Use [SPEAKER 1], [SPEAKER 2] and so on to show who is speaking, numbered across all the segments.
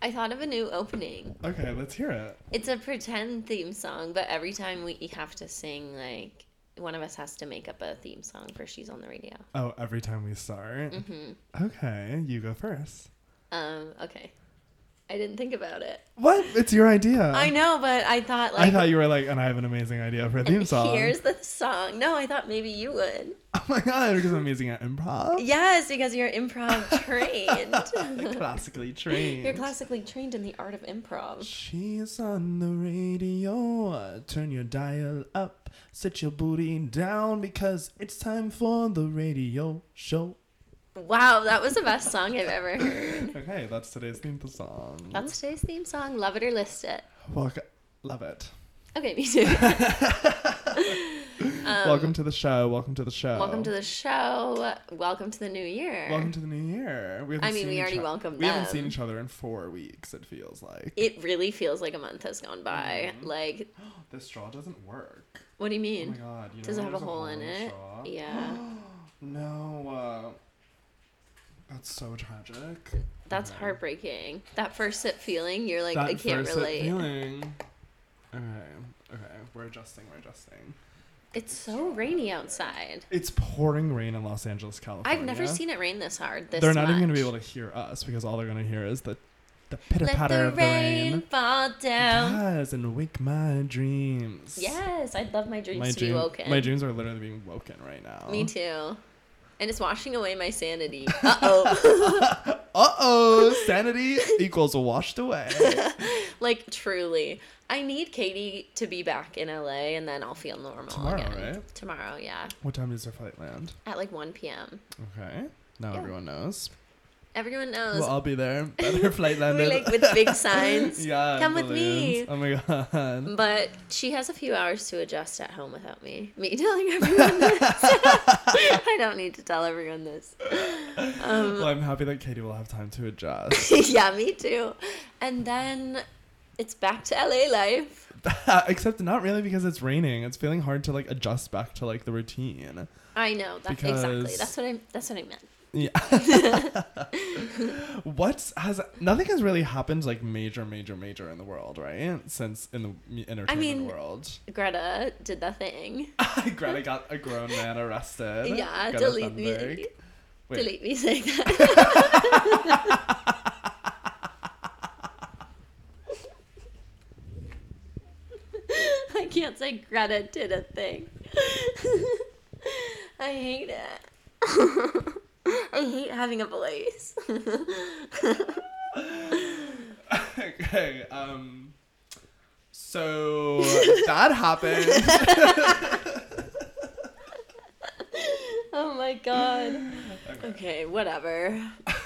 [SPEAKER 1] I thought of a new opening.
[SPEAKER 2] Okay, let's hear it.
[SPEAKER 1] It's a pretend theme song, but every time we have to sing, like, one of us has to make up a theme song for She's on the Radio.
[SPEAKER 2] Oh, every time we start.
[SPEAKER 1] Mm-hmm.
[SPEAKER 2] Okay, you go first.
[SPEAKER 1] Um, okay. I didn't think about it.
[SPEAKER 2] What? It's your idea.
[SPEAKER 1] I know, but I thought,
[SPEAKER 2] I
[SPEAKER 1] like,
[SPEAKER 2] thought you were like, and I have an amazing idea for a theme song.
[SPEAKER 1] here's the song. No, I thought maybe you would.
[SPEAKER 2] Oh my god, because I'm amazing at improv.
[SPEAKER 1] Yes, because you're improv trained.
[SPEAKER 2] Classically trained.
[SPEAKER 1] you're classically trained in the art of improv.
[SPEAKER 2] She's on the radio. Turn your dial up. Sit your booty down because it's time for the radio show.
[SPEAKER 1] Wow, that was the best song I've ever heard.
[SPEAKER 2] Okay, that's today's theme song.
[SPEAKER 1] That's today's theme song. Love it or list it.
[SPEAKER 2] Welcome, love it.
[SPEAKER 1] Okay, me too.
[SPEAKER 2] welcome to the show. Welcome to the show.
[SPEAKER 1] Um. Welcome to the show. Welcome to the new year.
[SPEAKER 2] Oh. Welcome to the new year. We haven't
[SPEAKER 1] mean,
[SPEAKER 2] seen
[SPEAKER 1] we
[SPEAKER 2] each
[SPEAKER 1] already
[SPEAKER 2] o-
[SPEAKER 1] welcomed
[SPEAKER 2] We haven't seen
[SPEAKER 1] them.
[SPEAKER 2] each other in four weeks. It feels like
[SPEAKER 1] it really feels like a month has gone by. Like,
[SPEAKER 2] this straw doesn't work.
[SPEAKER 1] what do you
[SPEAKER 2] Oh my
[SPEAKER 1] mean?
[SPEAKER 2] god! You
[SPEAKER 1] Does it
[SPEAKER 2] know when
[SPEAKER 1] have a
[SPEAKER 2] there's
[SPEAKER 1] hole in
[SPEAKER 2] the
[SPEAKER 1] it?
[SPEAKER 2] straw?
[SPEAKER 1] Yeah.
[SPEAKER 2] No. Uh, that's so tragic.
[SPEAKER 1] That's heartbreaking. That first sip feeling, you're like, I can't
[SPEAKER 2] first, that
[SPEAKER 1] relate.
[SPEAKER 2] Feeling. Okay. Okay. We're adjusting. We're adjusting.
[SPEAKER 1] It's so rainy outside.
[SPEAKER 2] It's pouring rain in Los Angeles, California.
[SPEAKER 1] I've never seen it rain this hard. This
[SPEAKER 2] Oh They're not even gonna be able to hear us because all they're gonna hear is the the pitter
[SPEAKER 1] Let
[SPEAKER 2] patter
[SPEAKER 1] the
[SPEAKER 2] of the
[SPEAKER 1] rain
[SPEAKER 2] rain.
[SPEAKER 1] fall down.
[SPEAKER 2] Yes, and wake my dreams.
[SPEAKER 1] Yes, I'd love my dreams
[SPEAKER 2] My,
[SPEAKER 1] to
[SPEAKER 2] dream,
[SPEAKER 1] be woken.
[SPEAKER 2] my dreams are literally being woken right now.
[SPEAKER 1] Me too. And it's washing away my sanity. Uh oh.
[SPEAKER 2] Uh oh, sanity equals washed away.
[SPEAKER 1] like truly. I need Katie to be back in LA and then I'll feel normal
[SPEAKER 2] Tomorrow,
[SPEAKER 1] again.
[SPEAKER 2] right?
[SPEAKER 1] Tomorrow, yeah.
[SPEAKER 2] what time does their flight land?
[SPEAKER 1] At like 1 p.m.
[SPEAKER 2] Okay, now
[SPEAKER 1] Yeah.
[SPEAKER 2] everyone knows.
[SPEAKER 1] Everyone knows.
[SPEAKER 2] We'll all be there. Better flight
[SPEAKER 1] we
[SPEAKER 2] landed.
[SPEAKER 1] like with big signs.
[SPEAKER 2] yeah,
[SPEAKER 1] Come with me. Um,
[SPEAKER 2] balloons. Oh my god.
[SPEAKER 1] But she has a few hours to adjust at home without me. Me telling everyone this. I don't need to tell everyone this. Um,
[SPEAKER 2] well, I'm happy that Katie will have time to adjust.
[SPEAKER 1] yeah, me too. And then it's back to LA life.
[SPEAKER 2] Except not really because it's raining. It's feeling hard to like adjust back to like the routine.
[SPEAKER 1] I know. That's exactly.
[SPEAKER 2] Because-
[SPEAKER 1] That's what I that's what I meant.
[SPEAKER 2] Yeah. What's has nothing has really happened like major, major, major in the world, right? Since in the m- entertainment
[SPEAKER 1] mean-
[SPEAKER 2] world,
[SPEAKER 1] Greta did the thing.
[SPEAKER 2] Greta got a grown man arrested.
[SPEAKER 1] Yeah,
[SPEAKER 2] Greta
[SPEAKER 1] delete me.
[SPEAKER 2] Thunberg. Wait.
[SPEAKER 1] Delete me saying that. I can't say Greta did a thing. I hate it. I hate having a voice.
[SPEAKER 2] okay. Um. So that happened.
[SPEAKER 1] oh my god. Okay, whatever.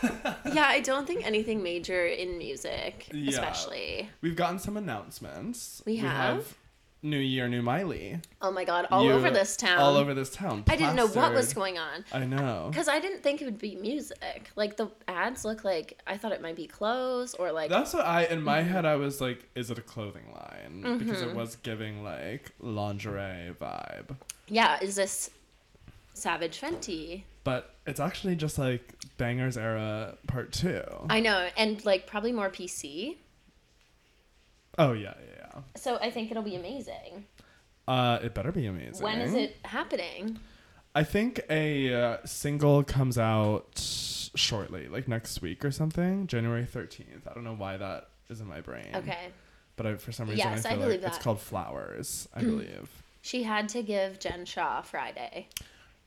[SPEAKER 1] yeah, I don't think anything major in music,
[SPEAKER 2] Yeah.
[SPEAKER 1] especially.
[SPEAKER 2] We've gotten some announcements.
[SPEAKER 1] We have?
[SPEAKER 2] New Year, New Miley.
[SPEAKER 1] Oh my god, all
[SPEAKER 2] You-
[SPEAKER 1] over this town.
[SPEAKER 2] All over this town.
[SPEAKER 1] I didn't know what was
[SPEAKER 2] plastered.
[SPEAKER 1] going on.
[SPEAKER 2] I know.
[SPEAKER 1] Because I didn't think it would be music. Like the ads look like I thought it might be clothes or like
[SPEAKER 2] That's what I in
[SPEAKER 1] Mm-hmm.
[SPEAKER 2] my head I was like, is it a clothing line? Because it was giving like lingerie vibe.
[SPEAKER 1] yeah, is this Savage Fenty?
[SPEAKER 2] But it's actually just like Bangers Era Part Two.
[SPEAKER 1] I know, and like probably more PC.
[SPEAKER 2] oh yeah, yeah, yeah.
[SPEAKER 1] So I think it'll be amazing.
[SPEAKER 2] Uh, it better be amazing.
[SPEAKER 1] When is it happening?
[SPEAKER 2] I think a uh, single comes out shortly, like next week or something, January thirteenth. I don't know why that is in my brain.
[SPEAKER 1] Okay.
[SPEAKER 2] But I, for some reason,
[SPEAKER 1] Yes,
[SPEAKER 2] I
[SPEAKER 1] I
[SPEAKER 2] feel like
[SPEAKER 1] believe
[SPEAKER 2] it's
[SPEAKER 1] that. Mm-hmm.
[SPEAKER 2] called Flowers. I believe.
[SPEAKER 1] She had to give Jen Shaw Friday.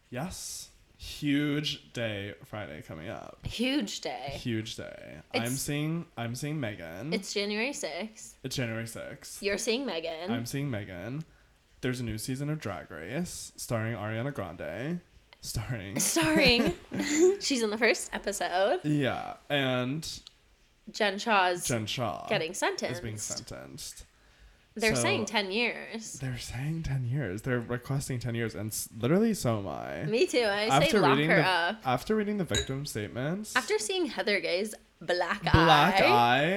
[SPEAKER 2] Yes. Huge day Friday coming up.
[SPEAKER 1] Huge day.
[SPEAKER 2] Huge day. I'm
[SPEAKER 1] It's-
[SPEAKER 2] seeing I'm seeing Megan. It's,
[SPEAKER 1] It's January 6th.
[SPEAKER 2] January 6th.
[SPEAKER 1] You're seeing Megan.
[SPEAKER 2] I'm seeing Megan. There's a new season of Drag Race starring Ariana Grande. Starring
[SPEAKER 1] Starring. She's in the first episode.
[SPEAKER 2] Yeah, and
[SPEAKER 1] Jen Shaw's
[SPEAKER 2] Jen Shaw
[SPEAKER 1] getting
[SPEAKER 2] is
[SPEAKER 1] sentenced.
[SPEAKER 2] being sentenced.
[SPEAKER 1] They're
[SPEAKER 2] So-
[SPEAKER 1] saying 10 years.
[SPEAKER 2] They're saying 10 years. They're requesting 10 years and s- literally so am I.
[SPEAKER 1] Me too. I say lock her
[SPEAKER 2] reading the,
[SPEAKER 1] up.
[SPEAKER 2] After reading the victim statements.
[SPEAKER 1] After seeing Heather Gay's black,
[SPEAKER 2] Black
[SPEAKER 1] eye.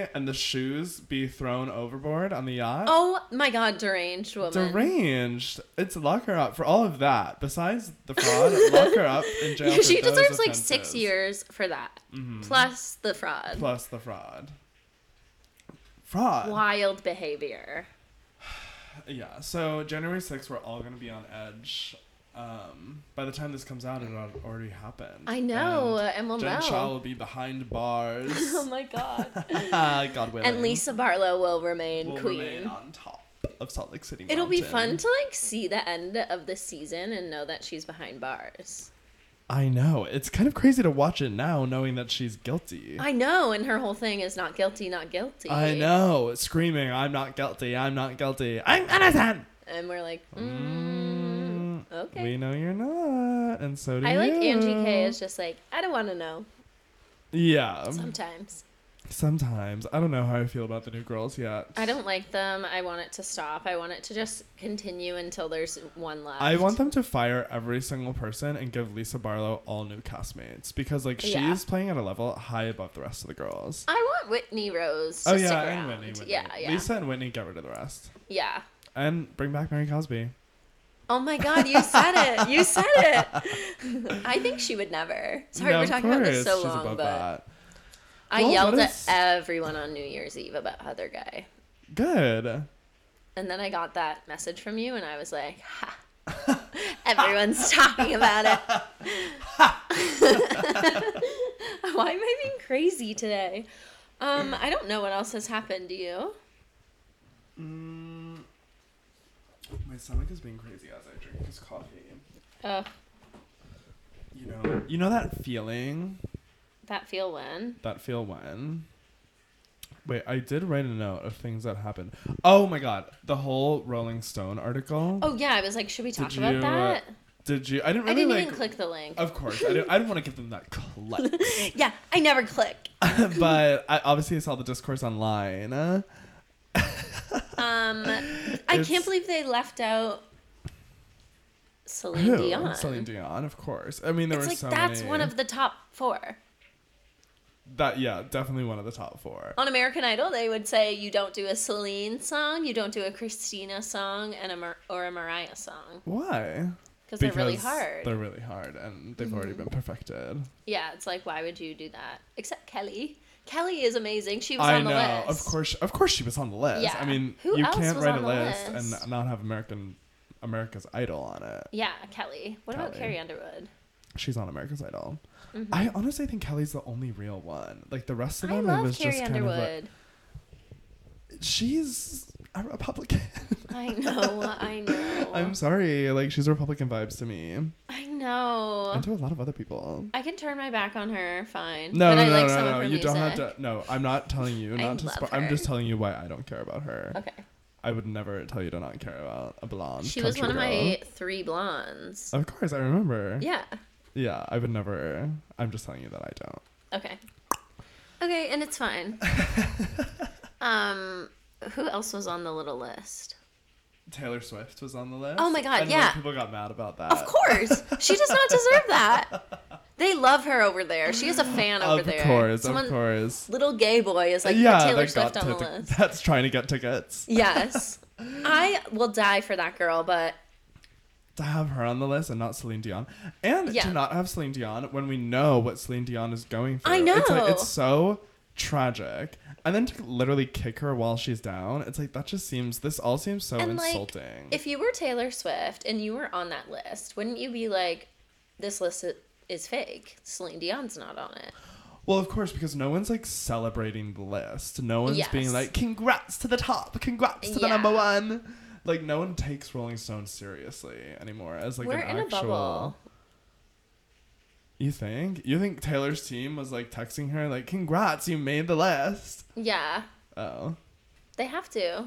[SPEAKER 2] eye and the shoes be thrown overboard on the yacht.
[SPEAKER 1] Oh my god, deranged woman.
[SPEAKER 2] deranged. It's lock her up for all of that. Besides the fraud, lock her up in jail. for
[SPEAKER 1] she
[SPEAKER 2] those
[SPEAKER 1] deserves like six
[SPEAKER 2] offenses.
[SPEAKER 1] years for that. Plus the fraud.
[SPEAKER 2] Plus the fraud. fraud.
[SPEAKER 1] Wild behavior.
[SPEAKER 2] Yeah. So January 6th, we're all gonna be on edge. Um, by the time this comes out, it al- already happened.
[SPEAKER 1] I know,
[SPEAKER 2] And
[SPEAKER 1] and, we'll
[SPEAKER 2] Jen
[SPEAKER 1] know.
[SPEAKER 2] Shaw will be behind bars.
[SPEAKER 1] oh my god.
[SPEAKER 2] God willing.
[SPEAKER 1] and Lisa Barlow will remain
[SPEAKER 2] will
[SPEAKER 1] queen.
[SPEAKER 2] remain on top of Salt Lake City.
[SPEAKER 1] It'll be fun
[SPEAKER 2] Mountain.
[SPEAKER 1] to like see the end of the season and know that she's behind bars.
[SPEAKER 2] I know. It's kind of crazy to watch it now, knowing that she's guilty.
[SPEAKER 1] I know, and her whole thing is not guilty, not guilty.
[SPEAKER 2] I know, screaming, "I'm not guilty! I'm not guilty! I'm innocent!"
[SPEAKER 1] And we're like, mm, okay.
[SPEAKER 2] We know you're not, and so do
[SPEAKER 1] I like
[SPEAKER 2] you.
[SPEAKER 1] Angie K is just like, I don't want to know
[SPEAKER 2] Yeah,
[SPEAKER 1] sometimes.
[SPEAKER 2] sometimes I don't know how I feel about the new girls yet.
[SPEAKER 1] I don't like them. I want it to stop. I want it to just continue until there's one left.
[SPEAKER 2] I want them to fire every single person and give Lisa Barlow all new castmates because like she's
[SPEAKER 1] Yeah.
[SPEAKER 2] playing at a level high above the rest of the girls.
[SPEAKER 1] I want Whitney Rose to
[SPEAKER 2] oh
[SPEAKER 1] stick
[SPEAKER 2] yeah, and
[SPEAKER 1] around.
[SPEAKER 2] Whitney, Whitney.
[SPEAKER 1] Yeah, yeah,
[SPEAKER 2] Lisa and Whitney get rid of the rest
[SPEAKER 1] yeah.
[SPEAKER 2] and bring back Mary Cosby.
[SPEAKER 1] Oh my God, you said it. You said it. I think she would never. Sorry,
[SPEAKER 2] No,
[SPEAKER 1] we're
[SPEAKER 2] of
[SPEAKER 1] talking about this
[SPEAKER 2] course,
[SPEAKER 1] so
[SPEAKER 2] she's
[SPEAKER 1] long,
[SPEAKER 2] above
[SPEAKER 1] but
[SPEAKER 2] that.
[SPEAKER 1] I
[SPEAKER 2] Well,
[SPEAKER 1] yelled
[SPEAKER 2] what
[SPEAKER 1] at
[SPEAKER 2] is-
[SPEAKER 1] everyone on New Year's Eve about Heather Guy.
[SPEAKER 2] Good.
[SPEAKER 1] And then I got that message from you, and I was like, ha, everyone's talking about it. Why am I being crazy today? Um, I don't know what else has happened to you.
[SPEAKER 2] Mm, my stomach is being crazy as I drink this coffee.
[SPEAKER 1] Oh,
[SPEAKER 2] You know, you know that feeling,
[SPEAKER 1] that feel when?
[SPEAKER 2] that feel when. Wait, I did write a note of things that happened. Oh my god, the whole Rolling Stone article.
[SPEAKER 1] Oh yeah, I was like, should we talk
[SPEAKER 2] Did
[SPEAKER 1] about
[SPEAKER 2] you, uh,
[SPEAKER 1] that?
[SPEAKER 2] Did you? I didn't
[SPEAKER 1] I
[SPEAKER 2] really
[SPEAKER 1] didn't
[SPEAKER 2] like.
[SPEAKER 1] even click the link.
[SPEAKER 2] Of course, I didn't. I didn't want to give them that collect,
[SPEAKER 1] yeah, I never click.
[SPEAKER 2] but I obviously saw the discourse online. Uh,
[SPEAKER 1] Um, I
[SPEAKER 2] It's-
[SPEAKER 1] can't believe they left out Celine
[SPEAKER 2] who?
[SPEAKER 1] Dion.
[SPEAKER 2] Celine Dion, of course. I mean, there
[SPEAKER 1] it's
[SPEAKER 2] were
[SPEAKER 1] like
[SPEAKER 2] so
[SPEAKER 1] that's
[SPEAKER 2] many.
[SPEAKER 1] one of the top four
[SPEAKER 2] that. Yeah, definitely one of the top four.
[SPEAKER 1] on American Idol. They would say you don't do a Celine song, you don't do a Christina song, and a Mar- or a Mariah song
[SPEAKER 2] Why?
[SPEAKER 1] because they're really
[SPEAKER 2] Because
[SPEAKER 1] hard.
[SPEAKER 2] They're really hard, and they've already been perfected.
[SPEAKER 1] Yeah, it's like why would you do that? Except Kelly. Kelly is amazing. She was
[SPEAKER 2] I
[SPEAKER 1] on the
[SPEAKER 2] know,
[SPEAKER 1] list.
[SPEAKER 2] of course, of course, she was on the list.
[SPEAKER 1] Yeah.
[SPEAKER 2] I mean,
[SPEAKER 1] Who
[SPEAKER 2] you
[SPEAKER 1] else
[SPEAKER 2] can't
[SPEAKER 1] was
[SPEAKER 2] write
[SPEAKER 1] on
[SPEAKER 2] a
[SPEAKER 1] the
[SPEAKER 2] list,
[SPEAKER 1] list?
[SPEAKER 2] and not have American, America's Idol on it.
[SPEAKER 1] Yeah, Kelly. What about
[SPEAKER 2] Kelly.
[SPEAKER 1] Carrie Underwood?
[SPEAKER 2] She's on America's Idol. I honestly think Kelly's the only real one. Like the rest of
[SPEAKER 1] Mm-hmm. I
[SPEAKER 2] them, it
[SPEAKER 1] love
[SPEAKER 2] was
[SPEAKER 1] Carrie
[SPEAKER 2] just
[SPEAKER 1] Underwood.
[SPEAKER 2] kind of like she's a Republican.
[SPEAKER 1] I know, I know.
[SPEAKER 2] I'm sorry, like she's Republican vibes to me,
[SPEAKER 1] I know.
[SPEAKER 2] and to a lot of other people.
[SPEAKER 1] I can turn my back on her, fine.
[SPEAKER 2] No,
[SPEAKER 1] but
[SPEAKER 2] no,
[SPEAKER 1] I
[SPEAKER 2] no,
[SPEAKER 1] like
[SPEAKER 2] no,
[SPEAKER 1] some
[SPEAKER 2] no,
[SPEAKER 1] of her
[SPEAKER 2] You
[SPEAKER 1] music.
[SPEAKER 2] don't have to. No, I'm not telling you
[SPEAKER 1] I
[SPEAKER 2] not to.
[SPEAKER 1] love
[SPEAKER 2] Spo- I'm
[SPEAKER 1] her.
[SPEAKER 2] just telling you why I don't care about her.
[SPEAKER 1] Okay.
[SPEAKER 2] I would never tell you to not care about a blonde.
[SPEAKER 1] She was one
[SPEAKER 2] country
[SPEAKER 1] of
[SPEAKER 2] girl.
[SPEAKER 1] my three blondes.
[SPEAKER 2] Of course, I remember.
[SPEAKER 1] Yeah.
[SPEAKER 2] Yeah, I would never. I'm just telling you that I don't.
[SPEAKER 1] Okay. Okay, and it's fine. um, who else was on the little list?
[SPEAKER 2] Taylor Swift was on the list.
[SPEAKER 1] Oh my God,
[SPEAKER 2] and, like,
[SPEAKER 1] yeah.
[SPEAKER 2] people got mad about that.
[SPEAKER 1] Of course, she does not deserve that. They love her over there. She is a fan over
[SPEAKER 2] of
[SPEAKER 1] there.
[SPEAKER 2] course,
[SPEAKER 1] Someone,
[SPEAKER 2] of course.
[SPEAKER 1] Little gay boy is like "Put
[SPEAKER 2] yeah,
[SPEAKER 1] Taylor
[SPEAKER 2] that
[SPEAKER 1] Swift
[SPEAKER 2] got
[SPEAKER 1] on the
[SPEAKER 2] tic-
[SPEAKER 1] list.
[SPEAKER 2] that's trying to get tickets.
[SPEAKER 1] Yes, I will die for that girl, but
[SPEAKER 2] To have her on the list and not Celine Dion, and
[SPEAKER 1] Yeah.
[SPEAKER 2] to not have Celine Dion when we know what Celine Dion is going through.
[SPEAKER 1] I
[SPEAKER 2] It's, like,
[SPEAKER 1] know.
[SPEAKER 2] it's so tragic. And then to literally kick her while she's down, it's like that just seems. This all seems so
[SPEAKER 1] And, like,
[SPEAKER 2] insulting.
[SPEAKER 1] If you were Taylor Swift and you were on that list, wouldn't you be like, this list i- is fake? Celine Dion's not on it.
[SPEAKER 2] Well, of course, because no one's like celebrating the list. No one's being
[SPEAKER 1] Yes.
[SPEAKER 2] like, congrats to the top, congrats to the
[SPEAKER 1] Yeah.
[SPEAKER 2] number one. Like, no one takes Rolling Stone seriously anymore as like
[SPEAKER 1] We're
[SPEAKER 2] an
[SPEAKER 1] in a
[SPEAKER 2] actual.
[SPEAKER 1] bubble.
[SPEAKER 2] You think? You think Taylor's team was like texting her, like, congrats, you made the list?
[SPEAKER 1] Yeah,
[SPEAKER 2] Oh,
[SPEAKER 1] they have to.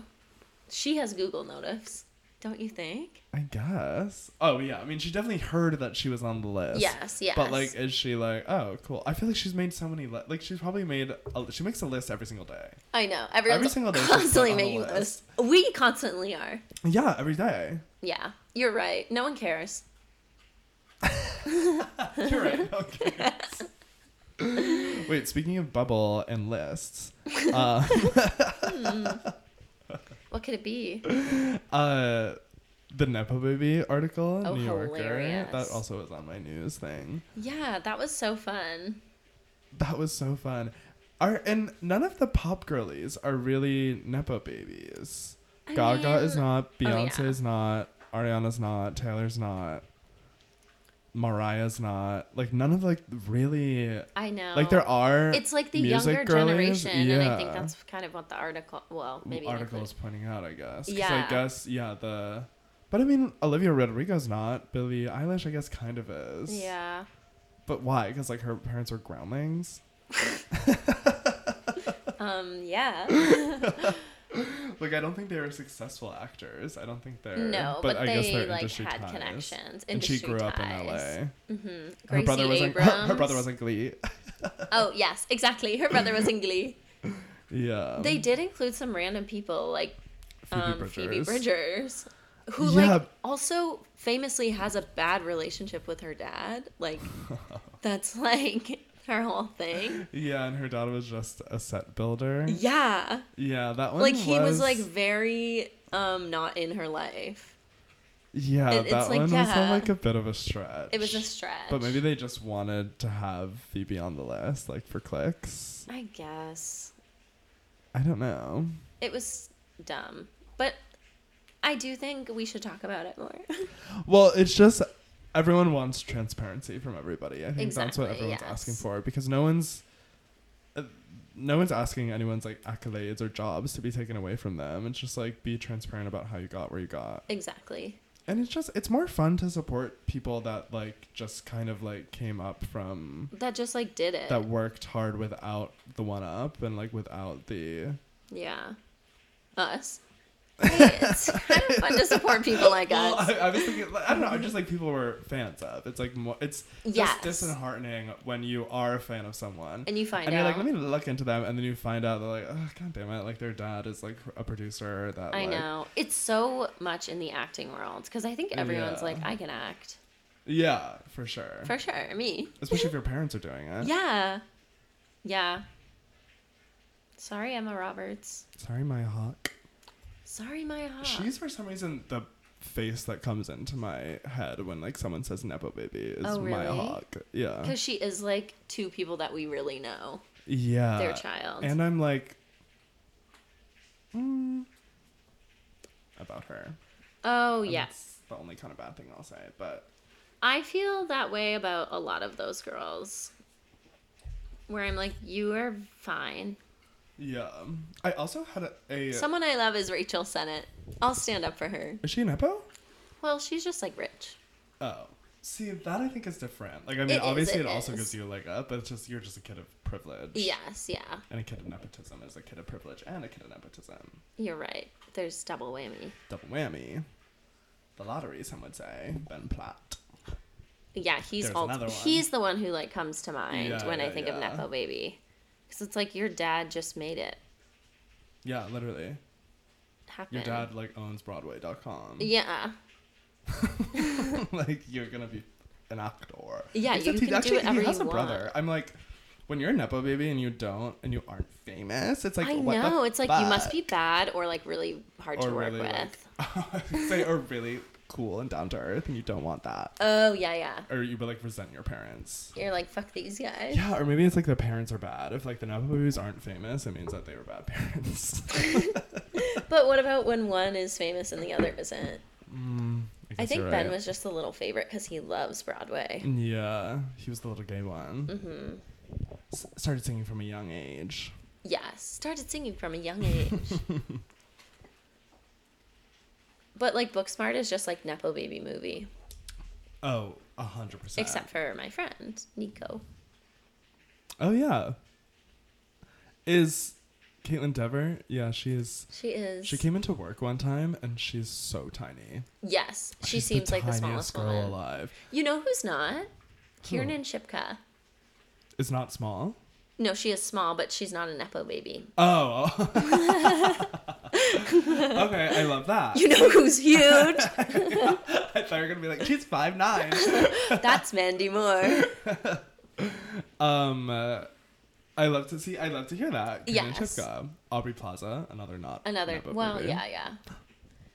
[SPEAKER 1] She has Google Notice, don't you think?
[SPEAKER 2] I guess. Oh, yeah. I mean, she definitely heard that she was on the list.
[SPEAKER 1] Yes, yes.
[SPEAKER 2] But like, is she like, oh, cool? I feel like she's made so many. Li- like, she's probably made. A- she makes a list every single day.
[SPEAKER 1] I know. Everyone's
[SPEAKER 2] every single day she's put
[SPEAKER 1] constantly
[SPEAKER 2] on the
[SPEAKER 1] making
[SPEAKER 2] list.
[SPEAKER 1] lists. We constantly are.
[SPEAKER 2] Yeah, every day.
[SPEAKER 1] Yeah, you're right. No one cares.
[SPEAKER 2] You're right. Okay. Wait, speaking of bubble and lists, uh,
[SPEAKER 1] What could it be?
[SPEAKER 2] uh, the Nepo Baby article in
[SPEAKER 1] Oh,
[SPEAKER 2] New Yorker, that
[SPEAKER 1] hilarious.
[SPEAKER 2] also was on my news thing.
[SPEAKER 1] Yeah, that was so fun.
[SPEAKER 2] That was so fun. Are and none of the pop girlies are really nepo babies. Gaga is
[SPEAKER 1] mean, oh,
[SPEAKER 2] not. Beyonce
[SPEAKER 1] yeah.
[SPEAKER 2] is not. Ariana's not. Taylor's not. Mariah's not. Like none of like really.
[SPEAKER 1] I know.
[SPEAKER 2] Like there are.
[SPEAKER 1] It's like the
[SPEAKER 2] music
[SPEAKER 1] younger
[SPEAKER 2] girlies,
[SPEAKER 1] generation, and I think
[SPEAKER 2] yeah.
[SPEAKER 1] that's kind of what the article. Well, maybe it
[SPEAKER 2] article
[SPEAKER 1] includes-
[SPEAKER 2] is pointing out, I guess. 'Cause
[SPEAKER 1] Yeah.
[SPEAKER 2] I guess yeah the. But I mean, Olivia Rodrigo's not. Billie Eilish, I guess, kind of is.
[SPEAKER 1] Yeah.
[SPEAKER 2] But why? Because like her parents were groundlings.
[SPEAKER 1] Um. Yeah.
[SPEAKER 2] Like I don't think they were successful actors. I don't think they're.
[SPEAKER 1] no, but,
[SPEAKER 2] I guess
[SPEAKER 1] they
[SPEAKER 2] they're
[SPEAKER 1] like
[SPEAKER 2] industry
[SPEAKER 1] had
[SPEAKER 2] ties.
[SPEAKER 1] connections.
[SPEAKER 2] And she
[SPEAKER 1] Industry
[SPEAKER 2] grew up in
[SPEAKER 1] ties.
[SPEAKER 2] L.A.
[SPEAKER 1] Mm-hmm.
[SPEAKER 2] her brother was in,
[SPEAKER 1] Abrams.
[SPEAKER 2] her, brother was in Glee.
[SPEAKER 1] Oh yes, exactly. Her brother was in Glee.
[SPEAKER 2] yeah.
[SPEAKER 1] they did include some random people like
[SPEAKER 2] Um, Phoebe
[SPEAKER 1] um, Phoebe
[SPEAKER 2] Bridgers.
[SPEAKER 1] Bridgers, who
[SPEAKER 2] Yeah.
[SPEAKER 1] like also famously has a bad relationship with her dad. Like that's like her whole thing.
[SPEAKER 2] Yeah, and her dad was just a set builder.
[SPEAKER 1] Yeah,
[SPEAKER 2] Yeah, that one.
[SPEAKER 1] like he was like very um not in her life.
[SPEAKER 2] Yeah,
[SPEAKER 1] it- it's
[SPEAKER 2] that
[SPEAKER 1] like,
[SPEAKER 2] one was
[SPEAKER 1] yeah.
[SPEAKER 2] uh, like a bit of a stretch.
[SPEAKER 1] It was a stretch.
[SPEAKER 2] But maybe they just wanted to have Phoebe on the list, like for clicks.
[SPEAKER 1] I guess
[SPEAKER 2] I don't know.
[SPEAKER 1] it was dumb, but I do think we should talk about it more.
[SPEAKER 2] Well, it's just everyone wants transparency from everybody. I think that's what
[SPEAKER 1] Exactly,
[SPEAKER 2] everyone's
[SPEAKER 1] yes.
[SPEAKER 2] asking for because no one's uh, no one's asking anyone's like accolades or jobs to be taken away from them. It's just like be transparent about how you got where you got.
[SPEAKER 1] exactly.
[SPEAKER 2] And it's just it's more fun to support people that like just kind of like came up from
[SPEAKER 1] That just like did it.
[SPEAKER 2] that worked hard without the one up and like without the
[SPEAKER 1] Yeah. Us. It's kind of fun to support people like
[SPEAKER 2] Well,
[SPEAKER 1] us.
[SPEAKER 2] I, I was thinking, like, I don't know. Just like people were fans of. It's like more. It's
[SPEAKER 1] Yes.
[SPEAKER 2] just disheartening when you are a fan of someone
[SPEAKER 1] And you find
[SPEAKER 2] and you're
[SPEAKER 1] out.
[SPEAKER 2] like, let me look into them, and then you find out they're like, oh god damn it, like their dad is like a producer that.
[SPEAKER 1] I
[SPEAKER 2] like,
[SPEAKER 1] know. It's so much in the acting world because I think everyone's
[SPEAKER 2] Yeah.
[SPEAKER 1] like, I can act.
[SPEAKER 2] Yeah, for sure.
[SPEAKER 1] For sure. Me.
[SPEAKER 2] Especially if your parents are doing it.
[SPEAKER 1] Yeah. Yeah. Sorry, Emma Roberts.
[SPEAKER 2] Sorry, my hawk.
[SPEAKER 1] Sorry, Maya Hawke.
[SPEAKER 2] She's for some reason the face that comes into my head when like someone says nepo baby is
[SPEAKER 1] Oh,
[SPEAKER 2] my
[SPEAKER 1] really?
[SPEAKER 2] hawk. Yeah.
[SPEAKER 1] Because she is like two people that we really know.
[SPEAKER 2] Yeah.
[SPEAKER 1] Their child.
[SPEAKER 2] And I'm like, mm, about her.
[SPEAKER 1] Oh,
[SPEAKER 2] And
[SPEAKER 1] yes.
[SPEAKER 2] That's the only kind of bad thing I'll say, but
[SPEAKER 1] I feel that way about a lot of those girls. Where I'm like, you are fine.
[SPEAKER 2] yeah. I also had a. a
[SPEAKER 1] Someone I love is Rachel Sennett. I'll stand up for her.
[SPEAKER 2] is she an nepo?
[SPEAKER 1] Well, she's just like rich.
[SPEAKER 2] Oh. See, that I think is different. Like, I mean,
[SPEAKER 1] It is,
[SPEAKER 2] obviously,
[SPEAKER 1] it
[SPEAKER 2] it, also
[SPEAKER 1] is.
[SPEAKER 2] gives you a leg up, but it's just, you're just a kid of privilege.
[SPEAKER 1] Yes, yeah.
[SPEAKER 2] And a kid of nepotism is a kid of privilege and a kid of nepotism.
[SPEAKER 1] You're right. There's double whammy.
[SPEAKER 2] Double whammy. The lottery, some would say. Ben Platt.
[SPEAKER 1] Yeah, he's
[SPEAKER 2] There's
[SPEAKER 1] all
[SPEAKER 2] another one.
[SPEAKER 1] he's the one who like comes to mind
[SPEAKER 2] Yeah,
[SPEAKER 1] when I
[SPEAKER 2] yeah,
[SPEAKER 1] think of
[SPEAKER 2] yeah.
[SPEAKER 1] Nepo baby. Cuz it's like your dad just made it
[SPEAKER 2] Yeah, literally.
[SPEAKER 1] happen.
[SPEAKER 2] Your dad, like, owns Broadway.com.
[SPEAKER 1] Yeah.
[SPEAKER 2] like you're gonna be an actor.
[SPEAKER 1] Yeah, you can do whatever
[SPEAKER 2] he has
[SPEAKER 1] you
[SPEAKER 2] a brother.
[SPEAKER 1] want.
[SPEAKER 2] I'm like, when you're a nepo baby and you don't and you aren't famous, it's like
[SPEAKER 1] I
[SPEAKER 2] what the
[SPEAKER 1] know. It's like you must
[SPEAKER 2] fuck?
[SPEAKER 1] be bad or like really hard to
[SPEAKER 2] Or
[SPEAKER 1] work
[SPEAKER 2] really,
[SPEAKER 1] with.
[SPEAKER 2] like- say are really cool and down to earth, and you don't want that,
[SPEAKER 1] oh, yeah, yeah.
[SPEAKER 2] or you would like resent your parents.
[SPEAKER 1] You're like fuck these guys.
[SPEAKER 2] Yeah, or maybe it's like the parents are bad. If like the nepo babies aren't famous, it means that they were bad parents.
[SPEAKER 1] But what about when one is famous and the other isn't? I
[SPEAKER 2] Mm, guess
[SPEAKER 1] think
[SPEAKER 2] you're
[SPEAKER 1] Ben
[SPEAKER 2] right.
[SPEAKER 1] was just a little favorite because he loves Broadway.
[SPEAKER 2] Yeah, he was the little gay one. Mm-hmm. S- started singing from a young age.
[SPEAKER 1] Yes, started singing from a young age. but like Booksmart is just like nepo baby movie,
[SPEAKER 2] Oh, a hundred percent.
[SPEAKER 1] except for my friend Nico.
[SPEAKER 2] Oh yeah. Is Caitlin Dever? Yeah, she is.
[SPEAKER 1] She is.
[SPEAKER 2] She came into work one time and she's so tiny.
[SPEAKER 1] yes, she
[SPEAKER 2] She's
[SPEAKER 1] seems like the
[SPEAKER 2] tiniest
[SPEAKER 1] smallest woman.
[SPEAKER 2] alive.
[SPEAKER 1] You know who's not? Kiernan Shipka.
[SPEAKER 2] It's not small.
[SPEAKER 1] No, she is small, but she's not a nepo baby.
[SPEAKER 2] Oh. okay, I love that.
[SPEAKER 1] You know who's huge?
[SPEAKER 2] I thought you were gonna be like, she's five nine.
[SPEAKER 1] That's Mandy Moore.
[SPEAKER 2] um, uh, I love to see. I love to hear that. Kiernan
[SPEAKER 1] Yes.
[SPEAKER 2] Shipka. Aubrey Plaza, another not.
[SPEAKER 1] Another.
[SPEAKER 2] nepo
[SPEAKER 1] Well,
[SPEAKER 2] baby.
[SPEAKER 1] yeah, yeah.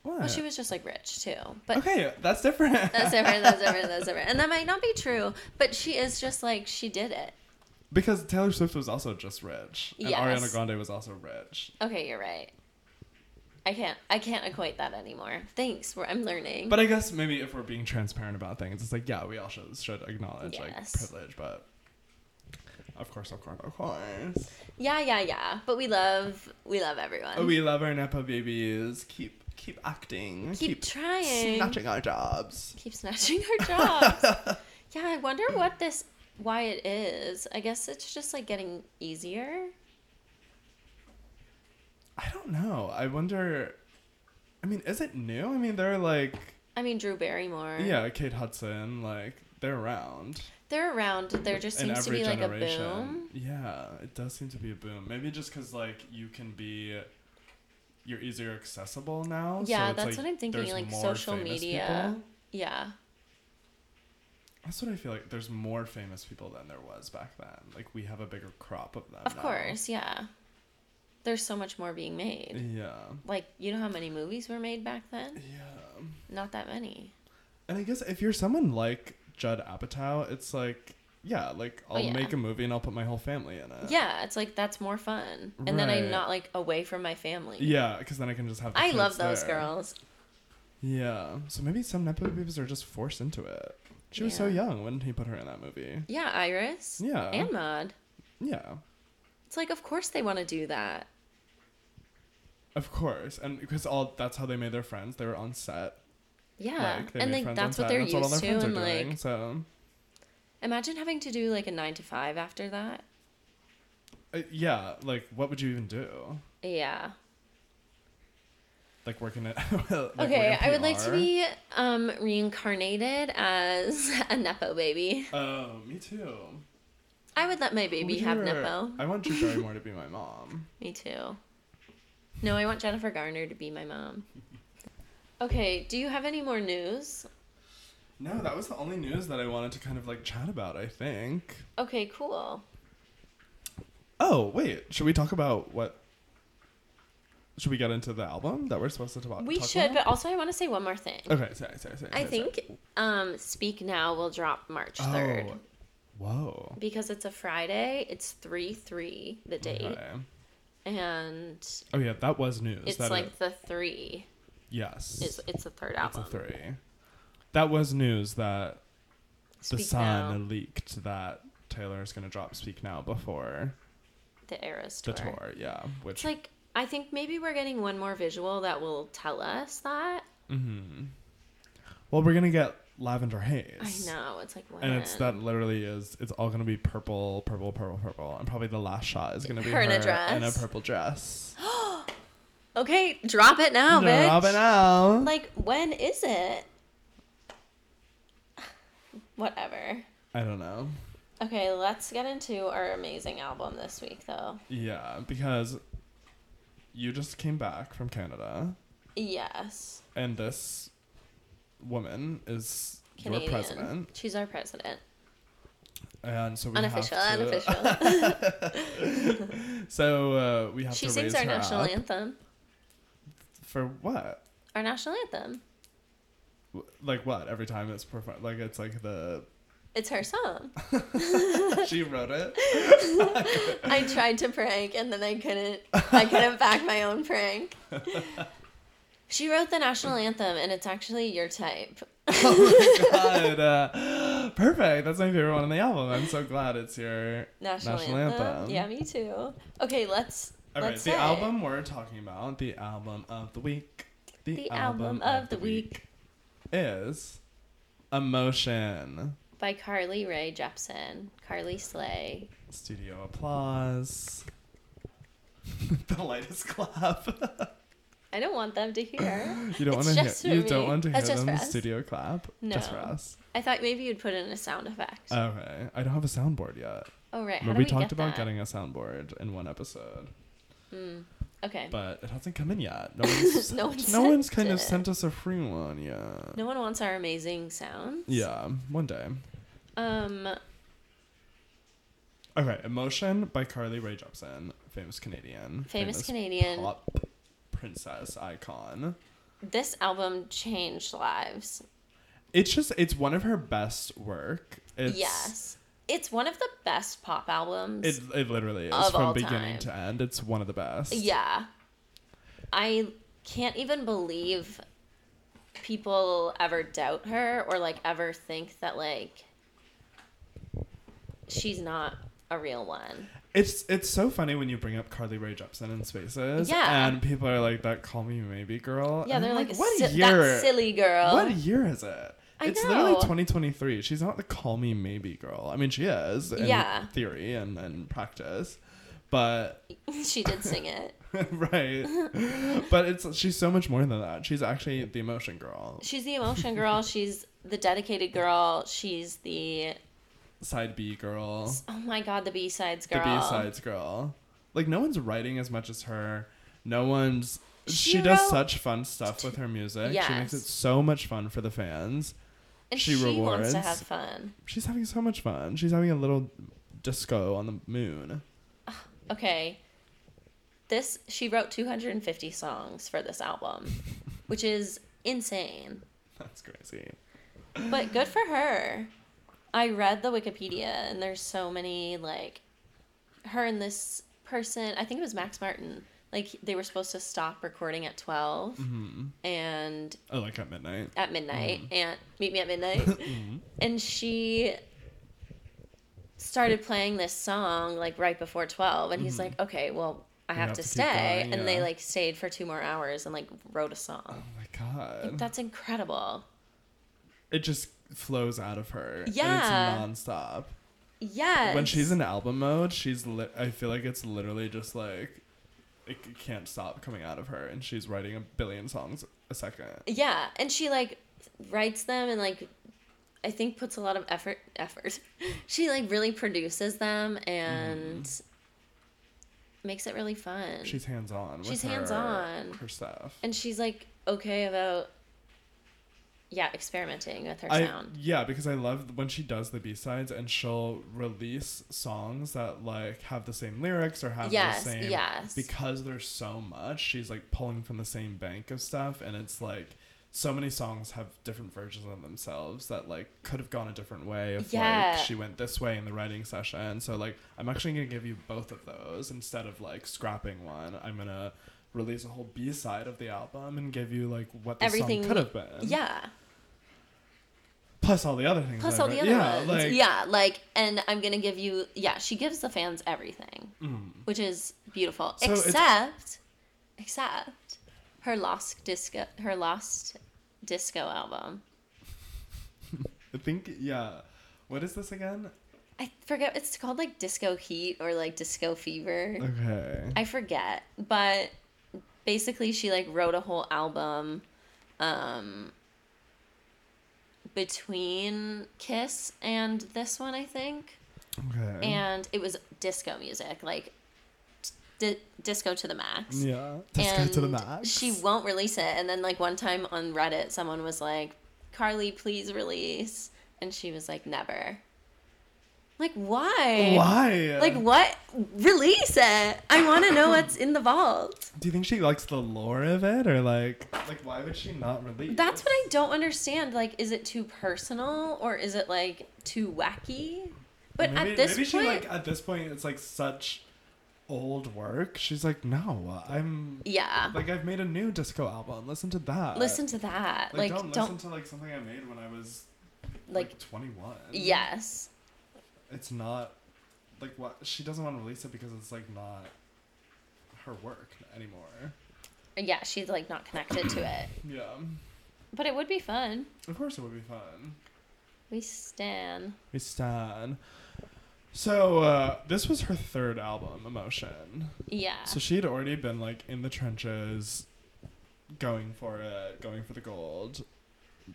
[SPEAKER 2] What?
[SPEAKER 1] Well, she was just like rich too, but
[SPEAKER 2] okay, that's different.
[SPEAKER 1] That's different. That's different. That's different. And that might not be true, but she is just like she did it.
[SPEAKER 2] Because Taylor Swift was also just rich, and
[SPEAKER 1] Yes.
[SPEAKER 2] Ariana Grande was also rich.
[SPEAKER 1] Okay, you're right. I can't. I can't equate that anymore. Thanks. We're, I'm learning.
[SPEAKER 2] But I guess maybe if we're being transparent about things, it's like yeah, we all should should acknowledge like
[SPEAKER 1] Yes.
[SPEAKER 2] privilege, but of course, of course, of course, Oh,
[SPEAKER 1] yeah, yeah, yeah. But we love. We love everyone.
[SPEAKER 2] we love our Napa babies. Keep keep acting.
[SPEAKER 1] keep, trying.
[SPEAKER 2] snatching our jobs.
[SPEAKER 1] keep snatching our jobs. yeah, I wonder what this. Why it is. I guess it's just like getting easier.
[SPEAKER 2] I don't know. I wonder. I mean, is it new? I mean, they're like
[SPEAKER 1] I mean, Drew Barrymore.
[SPEAKER 2] yeah, Kate Hudson. Like they're around.
[SPEAKER 1] They're around. There just
[SPEAKER 2] in
[SPEAKER 1] seems to
[SPEAKER 2] every
[SPEAKER 1] be like a
[SPEAKER 2] generation.
[SPEAKER 1] boom.
[SPEAKER 2] Yeah, it does seem to be a boom. Maybe just because like you can be, you're easier accessible now.
[SPEAKER 1] Yeah,
[SPEAKER 2] so it's,
[SPEAKER 1] that's
[SPEAKER 2] like,
[SPEAKER 1] what I'm thinking,
[SPEAKER 2] there's
[SPEAKER 1] like,
[SPEAKER 2] more
[SPEAKER 1] social
[SPEAKER 2] famous
[SPEAKER 1] media.
[SPEAKER 2] people.
[SPEAKER 1] Yeah.
[SPEAKER 2] That's what I feel like. There's more famous people than there was back then. Like we have a bigger crop of them.
[SPEAKER 1] Of
[SPEAKER 2] now.
[SPEAKER 1] course. Yeah. There's so much more being made.
[SPEAKER 2] Yeah.
[SPEAKER 1] Like, you know how many movies were made back then?
[SPEAKER 2] Yeah.
[SPEAKER 1] Not that many.
[SPEAKER 2] And I guess if you're someone like Judd Apatow, it's like yeah, like
[SPEAKER 1] Oh,
[SPEAKER 2] I'll
[SPEAKER 1] yeah.
[SPEAKER 2] make a movie and I'll put my whole family in it.
[SPEAKER 1] Yeah, it's like that's more fun. And then I'm
[SPEAKER 2] Right.
[SPEAKER 1] not like away from my family.
[SPEAKER 2] Yeah, because then I can just have. The
[SPEAKER 1] I
[SPEAKER 2] kids
[SPEAKER 1] love those
[SPEAKER 2] there.
[SPEAKER 1] girls.
[SPEAKER 2] Yeah. So maybe some nepo babies are just forced into it. She was so
[SPEAKER 1] Yeah.
[SPEAKER 2] young when he put her in that movie.
[SPEAKER 1] Yeah, Iris.
[SPEAKER 2] Yeah.
[SPEAKER 1] And Maud.
[SPEAKER 2] yeah.
[SPEAKER 1] It's like of course they want to do that.
[SPEAKER 2] Of course, and because all that's how they made their friends. They were on set.
[SPEAKER 1] Yeah.
[SPEAKER 2] Like, they
[SPEAKER 1] and
[SPEAKER 2] made
[SPEAKER 1] like
[SPEAKER 2] friends
[SPEAKER 1] that's
[SPEAKER 2] on
[SPEAKER 1] what
[SPEAKER 2] set,
[SPEAKER 1] they're
[SPEAKER 2] and all
[SPEAKER 1] used to
[SPEAKER 2] their friends
[SPEAKER 1] and
[SPEAKER 2] are doing,
[SPEAKER 1] like
[SPEAKER 2] so
[SPEAKER 1] imagine having to do like a 9 to 5 after that.
[SPEAKER 2] uh, yeah, like what would you even do?
[SPEAKER 1] Yeah. Like
[SPEAKER 2] Like working at like working
[SPEAKER 1] okay,
[SPEAKER 2] at
[SPEAKER 1] I would like to
[SPEAKER 2] PR?
[SPEAKER 1] be um reincarnated as a nepo baby.
[SPEAKER 2] Oh, me too.
[SPEAKER 1] I would let my
[SPEAKER 2] Who
[SPEAKER 1] baby
[SPEAKER 2] would
[SPEAKER 1] have
[SPEAKER 2] your-
[SPEAKER 1] nepo.
[SPEAKER 2] I want Drew Barrymore to be my mom.
[SPEAKER 1] Me too. No, I want Jennifer Garner to be my mom. Okay, do you have any more news?
[SPEAKER 2] No, that was the only news that I wanted to kind of like chat about. I think.
[SPEAKER 1] Okay, cool.
[SPEAKER 2] Oh wait, should we talk about what? Should we get into the album that we're supposed to talk?
[SPEAKER 1] We
[SPEAKER 2] talk
[SPEAKER 1] should,
[SPEAKER 2] about?
[SPEAKER 1] but also I want to say one more thing.
[SPEAKER 2] Okay, sorry, sorry, sorry.
[SPEAKER 1] I
[SPEAKER 2] sorry, sorry.
[SPEAKER 1] think um Speak Now will drop March 3rd
[SPEAKER 2] Oh, whoa.
[SPEAKER 1] because it's a Friday. It's 3 3 the date.
[SPEAKER 2] Okay.
[SPEAKER 1] And
[SPEAKER 2] Oh yeah, that was news.
[SPEAKER 1] it's
[SPEAKER 2] that
[SPEAKER 1] like
[SPEAKER 2] it-
[SPEAKER 1] the 3.
[SPEAKER 2] yes,
[SPEAKER 1] It's, it's the third
[SPEAKER 2] it's
[SPEAKER 1] album.
[SPEAKER 2] a three. That was news that the
[SPEAKER 1] Speak Now,
[SPEAKER 2] Sun leaked that Taylor's gonna drop "Speak Now" before
[SPEAKER 1] the Eras
[SPEAKER 2] the
[SPEAKER 1] tour.
[SPEAKER 2] tour. Yeah,
[SPEAKER 1] It's
[SPEAKER 2] which
[SPEAKER 1] like I think maybe we're getting one more visual that will tell us that.
[SPEAKER 2] mhm. well, we're gonna get Lavender Haze.
[SPEAKER 1] I know it's like when.
[SPEAKER 2] And it's that literally is it's all gonna be purple, purple, purple, purple, and probably the last shot is gonna be
[SPEAKER 1] Her in a dress.
[SPEAKER 2] in a purple dress.
[SPEAKER 1] Okay, drop it now, Oh, bitch.
[SPEAKER 2] Robin L.
[SPEAKER 1] Like when is it? Whatever.
[SPEAKER 2] I don't know.
[SPEAKER 1] Okay, let's get into our amazing album this week, though.
[SPEAKER 2] Yeah, because you just came back from Canada,
[SPEAKER 1] Yes,
[SPEAKER 2] and this woman is
[SPEAKER 1] Canadian.
[SPEAKER 2] your president,
[SPEAKER 1] She's our president.
[SPEAKER 2] and so we
[SPEAKER 1] Unofficial,
[SPEAKER 2] have to,
[SPEAKER 1] unofficial.
[SPEAKER 2] So uh, we have
[SPEAKER 1] she
[SPEAKER 2] to
[SPEAKER 1] sings
[SPEAKER 2] raise
[SPEAKER 1] our
[SPEAKER 2] her
[SPEAKER 1] national
[SPEAKER 2] up
[SPEAKER 1] anthem.
[SPEAKER 2] for what?
[SPEAKER 1] Our national anthem.
[SPEAKER 2] W- Like what? Every time it's performed, like it's like the
[SPEAKER 1] It's her song.
[SPEAKER 2] she wrote it.
[SPEAKER 1] I tried to prank and then I couldn't I couldn't back my own prank. She wrote the national anthem and it's actually your type.
[SPEAKER 2] Oh my god! Uh, perfect. That's my favorite one on the album. I'm so glad it's your
[SPEAKER 1] National,
[SPEAKER 2] National
[SPEAKER 1] anthem.
[SPEAKER 2] anthem.
[SPEAKER 1] Yeah, me too. Okay, let's
[SPEAKER 2] All right,
[SPEAKER 1] let's
[SPEAKER 2] the
[SPEAKER 1] say
[SPEAKER 2] album we're talking about, the album of the week,
[SPEAKER 1] The album of the week
[SPEAKER 2] is Emotion.
[SPEAKER 1] by Carly Rae Jepsen. Carly Slay.
[SPEAKER 2] Studio applause. the lightest clap.
[SPEAKER 1] I don't want them to hear.
[SPEAKER 2] you
[SPEAKER 1] It's
[SPEAKER 2] don't want to hear.
[SPEAKER 1] just for
[SPEAKER 2] You
[SPEAKER 1] me.
[SPEAKER 2] don't want to hear
[SPEAKER 1] That's just
[SPEAKER 2] them
[SPEAKER 1] for us.
[SPEAKER 2] studio clap. Just for
[SPEAKER 1] No.
[SPEAKER 2] us.
[SPEAKER 1] I thought maybe you'd put in a sound effect.
[SPEAKER 2] Okay. I don't have a soundboard yet.
[SPEAKER 1] oh right, how
[SPEAKER 2] Uh, but
[SPEAKER 1] do
[SPEAKER 2] we
[SPEAKER 1] we,
[SPEAKER 2] talked
[SPEAKER 1] get
[SPEAKER 2] about
[SPEAKER 1] that?
[SPEAKER 2] getting a soundboard in one episode,
[SPEAKER 1] Mm, okay.
[SPEAKER 2] but it hasn't come in yet. No one's,
[SPEAKER 1] No one
[SPEAKER 2] no one's
[SPEAKER 1] sent
[SPEAKER 2] kind of
[SPEAKER 1] it.
[SPEAKER 2] sent us a free one yet.
[SPEAKER 1] no one wants our amazing sounds.
[SPEAKER 2] Yeah, one day.
[SPEAKER 1] Um.
[SPEAKER 2] Okay, Emotion by Carly Rae Jepsen, famous Canadian.
[SPEAKER 1] Famous Canadian.
[SPEAKER 2] Pop princess icon.
[SPEAKER 1] This album changed lives.
[SPEAKER 2] It's just, it's one of her best work. It's,
[SPEAKER 1] yes. it's one of the best pop albums.
[SPEAKER 2] It, it literally is
[SPEAKER 1] Of
[SPEAKER 2] from
[SPEAKER 1] all
[SPEAKER 2] beginning
[SPEAKER 1] time.
[SPEAKER 2] to end. It's one of the best.
[SPEAKER 1] Yeah. I can't even believe people ever doubt her or like ever think that like she's not a real one.
[SPEAKER 2] It's it's so funny when you bring up Carly Rae Jepsen in Spaces.
[SPEAKER 1] Yeah.
[SPEAKER 2] And people are like, that call me maybe girl.
[SPEAKER 1] Yeah,
[SPEAKER 2] And
[SPEAKER 1] they're
[SPEAKER 2] I'm
[SPEAKER 1] like,
[SPEAKER 2] what
[SPEAKER 1] "Si-
[SPEAKER 2] year?
[SPEAKER 1] that silly girl.
[SPEAKER 2] What year is it?
[SPEAKER 1] I
[SPEAKER 2] it's literally
[SPEAKER 1] know.
[SPEAKER 2] 2023. She's not the call me maybe girl. I mean, she is in
[SPEAKER 1] Yeah.
[SPEAKER 2] theory and, and practice, but
[SPEAKER 1] she did sing it.
[SPEAKER 2] right. but it's she's so much more than that. She's actually the emotion girl,
[SPEAKER 1] She's the emotion girl, she's the dedicated girl, she's the
[SPEAKER 2] side B girl,
[SPEAKER 1] oh my god, the B sides
[SPEAKER 2] the
[SPEAKER 1] girl.
[SPEAKER 2] B sides girl. Like no one's writing as much as her. No one's. She,
[SPEAKER 1] She
[SPEAKER 2] does
[SPEAKER 1] wrote-
[SPEAKER 2] such fun stuff with her music. She
[SPEAKER 1] Yes.
[SPEAKER 2] makes it so much fun for the fans.
[SPEAKER 1] And
[SPEAKER 2] she
[SPEAKER 1] she, wants to
[SPEAKER 2] rewards.
[SPEAKER 1] have fun.
[SPEAKER 2] She's having so much fun. She's having a little disco on the moon.
[SPEAKER 1] okay this she wrote 250 songs for this album which is insane
[SPEAKER 2] That's crazy.
[SPEAKER 1] but good for her i read the wikipedia and there's so many like her and this person i think it was max martin like they were supposed to stop recording at 12
[SPEAKER 2] Mm-hmm.
[SPEAKER 1] and
[SPEAKER 2] Oh, like at midnight.
[SPEAKER 1] at midnight
[SPEAKER 2] Mm.
[SPEAKER 1] and meet me at midnight and she started playing this song like right before 12 and he's like okay well i
[SPEAKER 2] Mm. You
[SPEAKER 1] have,
[SPEAKER 2] have
[SPEAKER 1] to,
[SPEAKER 2] to keep
[SPEAKER 1] stay
[SPEAKER 2] going,
[SPEAKER 1] and they
[SPEAKER 2] yeah.
[SPEAKER 1] like stayed for two more hours and like wrote a song
[SPEAKER 2] Oh my god.
[SPEAKER 1] that's incredible
[SPEAKER 2] It just flows out of her.
[SPEAKER 1] Yeah.
[SPEAKER 2] And it's nonstop.
[SPEAKER 1] yes
[SPEAKER 2] When she's in album mode, she's li- I feel like it's literally just like it c- can't stop coming out of her and she's writing a billion songs a second.
[SPEAKER 1] yeah and she like writes them and like i think puts a lot of effort effort she like really produces them and
[SPEAKER 2] Mm.
[SPEAKER 1] makes it really fun
[SPEAKER 2] She's hands on.
[SPEAKER 1] She's hands-on.
[SPEAKER 2] Her stuff.
[SPEAKER 1] and she's like okay about yeah experimenting with her
[SPEAKER 2] I,
[SPEAKER 1] sound
[SPEAKER 2] yeah, because I love when she does the B sides and she'll release songs that like have the same lyrics or have
[SPEAKER 1] Yes,
[SPEAKER 2] the same
[SPEAKER 1] yes.
[SPEAKER 2] because there's so much, she's like pulling from the same bank of stuff and it's like so many songs have different versions of themselves that like could have gone a different way if
[SPEAKER 1] Yeah.
[SPEAKER 2] like she went this way in the writing session. So like I'm actually gonna give you both of those instead of like scrapping one. I'm gonna release a whole B side of the album and give you like what the
[SPEAKER 1] Everything-
[SPEAKER 2] song could have been
[SPEAKER 1] yeah
[SPEAKER 2] plus all the other things.
[SPEAKER 1] plus
[SPEAKER 2] that
[SPEAKER 1] all
[SPEAKER 2] I've
[SPEAKER 1] the other
[SPEAKER 2] read. yeah,
[SPEAKER 1] ones
[SPEAKER 2] Like,
[SPEAKER 1] yeah like and i'm gonna give you yeah she gives the fans everything
[SPEAKER 2] mm.
[SPEAKER 1] which is beautiful
[SPEAKER 2] So it's-
[SPEAKER 1] except except her lost disco her lost disco album
[SPEAKER 2] I think yeah. What is this again?
[SPEAKER 1] i forget it's called like disco heat or like disco fever
[SPEAKER 2] Okay.
[SPEAKER 1] I forget, but basically she like wrote a whole album um between Kiss and this one, I think.
[SPEAKER 2] Okay.
[SPEAKER 1] And it was disco music, like di- disco to the max.
[SPEAKER 2] yeah. Let's go to the
[SPEAKER 1] And
[SPEAKER 2] max.
[SPEAKER 1] She won't release it. And then like one time on Reddit, someone was like, "Carly, please release." And she was like, "Never." Like why?
[SPEAKER 2] Why?
[SPEAKER 1] Like what? Release it. I want to know what's in the vault.
[SPEAKER 2] Do you think she likes the lore of it, or like, like why would she not release?
[SPEAKER 1] That's what I don't understand. Like, is it too personal or is it like too wacky? But
[SPEAKER 2] maybe,
[SPEAKER 1] at this
[SPEAKER 2] maybe
[SPEAKER 1] point,
[SPEAKER 2] she like uh, at this point it's like such old work. She's like, no, I'm
[SPEAKER 1] yeah.
[SPEAKER 2] like I've made a new disco album. Listen to that.
[SPEAKER 1] listen to that.
[SPEAKER 2] Like,
[SPEAKER 1] Like,
[SPEAKER 2] don't,
[SPEAKER 1] don't,
[SPEAKER 2] listen to like something I made when I was
[SPEAKER 1] like,
[SPEAKER 2] like 21.
[SPEAKER 1] yes,
[SPEAKER 2] it's not like what she doesn't want to release it because it's like not her work anymore.
[SPEAKER 1] yeah. She's like not connected to it,
[SPEAKER 2] Yeah.
[SPEAKER 1] but it would be fun.
[SPEAKER 2] Of course it would be fun.
[SPEAKER 1] We stan.
[SPEAKER 2] We stand. So uh, this was her third album, Emotion.
[SPEAKER 1] Yeah.
[SPEAKER 2] So she had already been like in the trenches, going for it, going for the gold.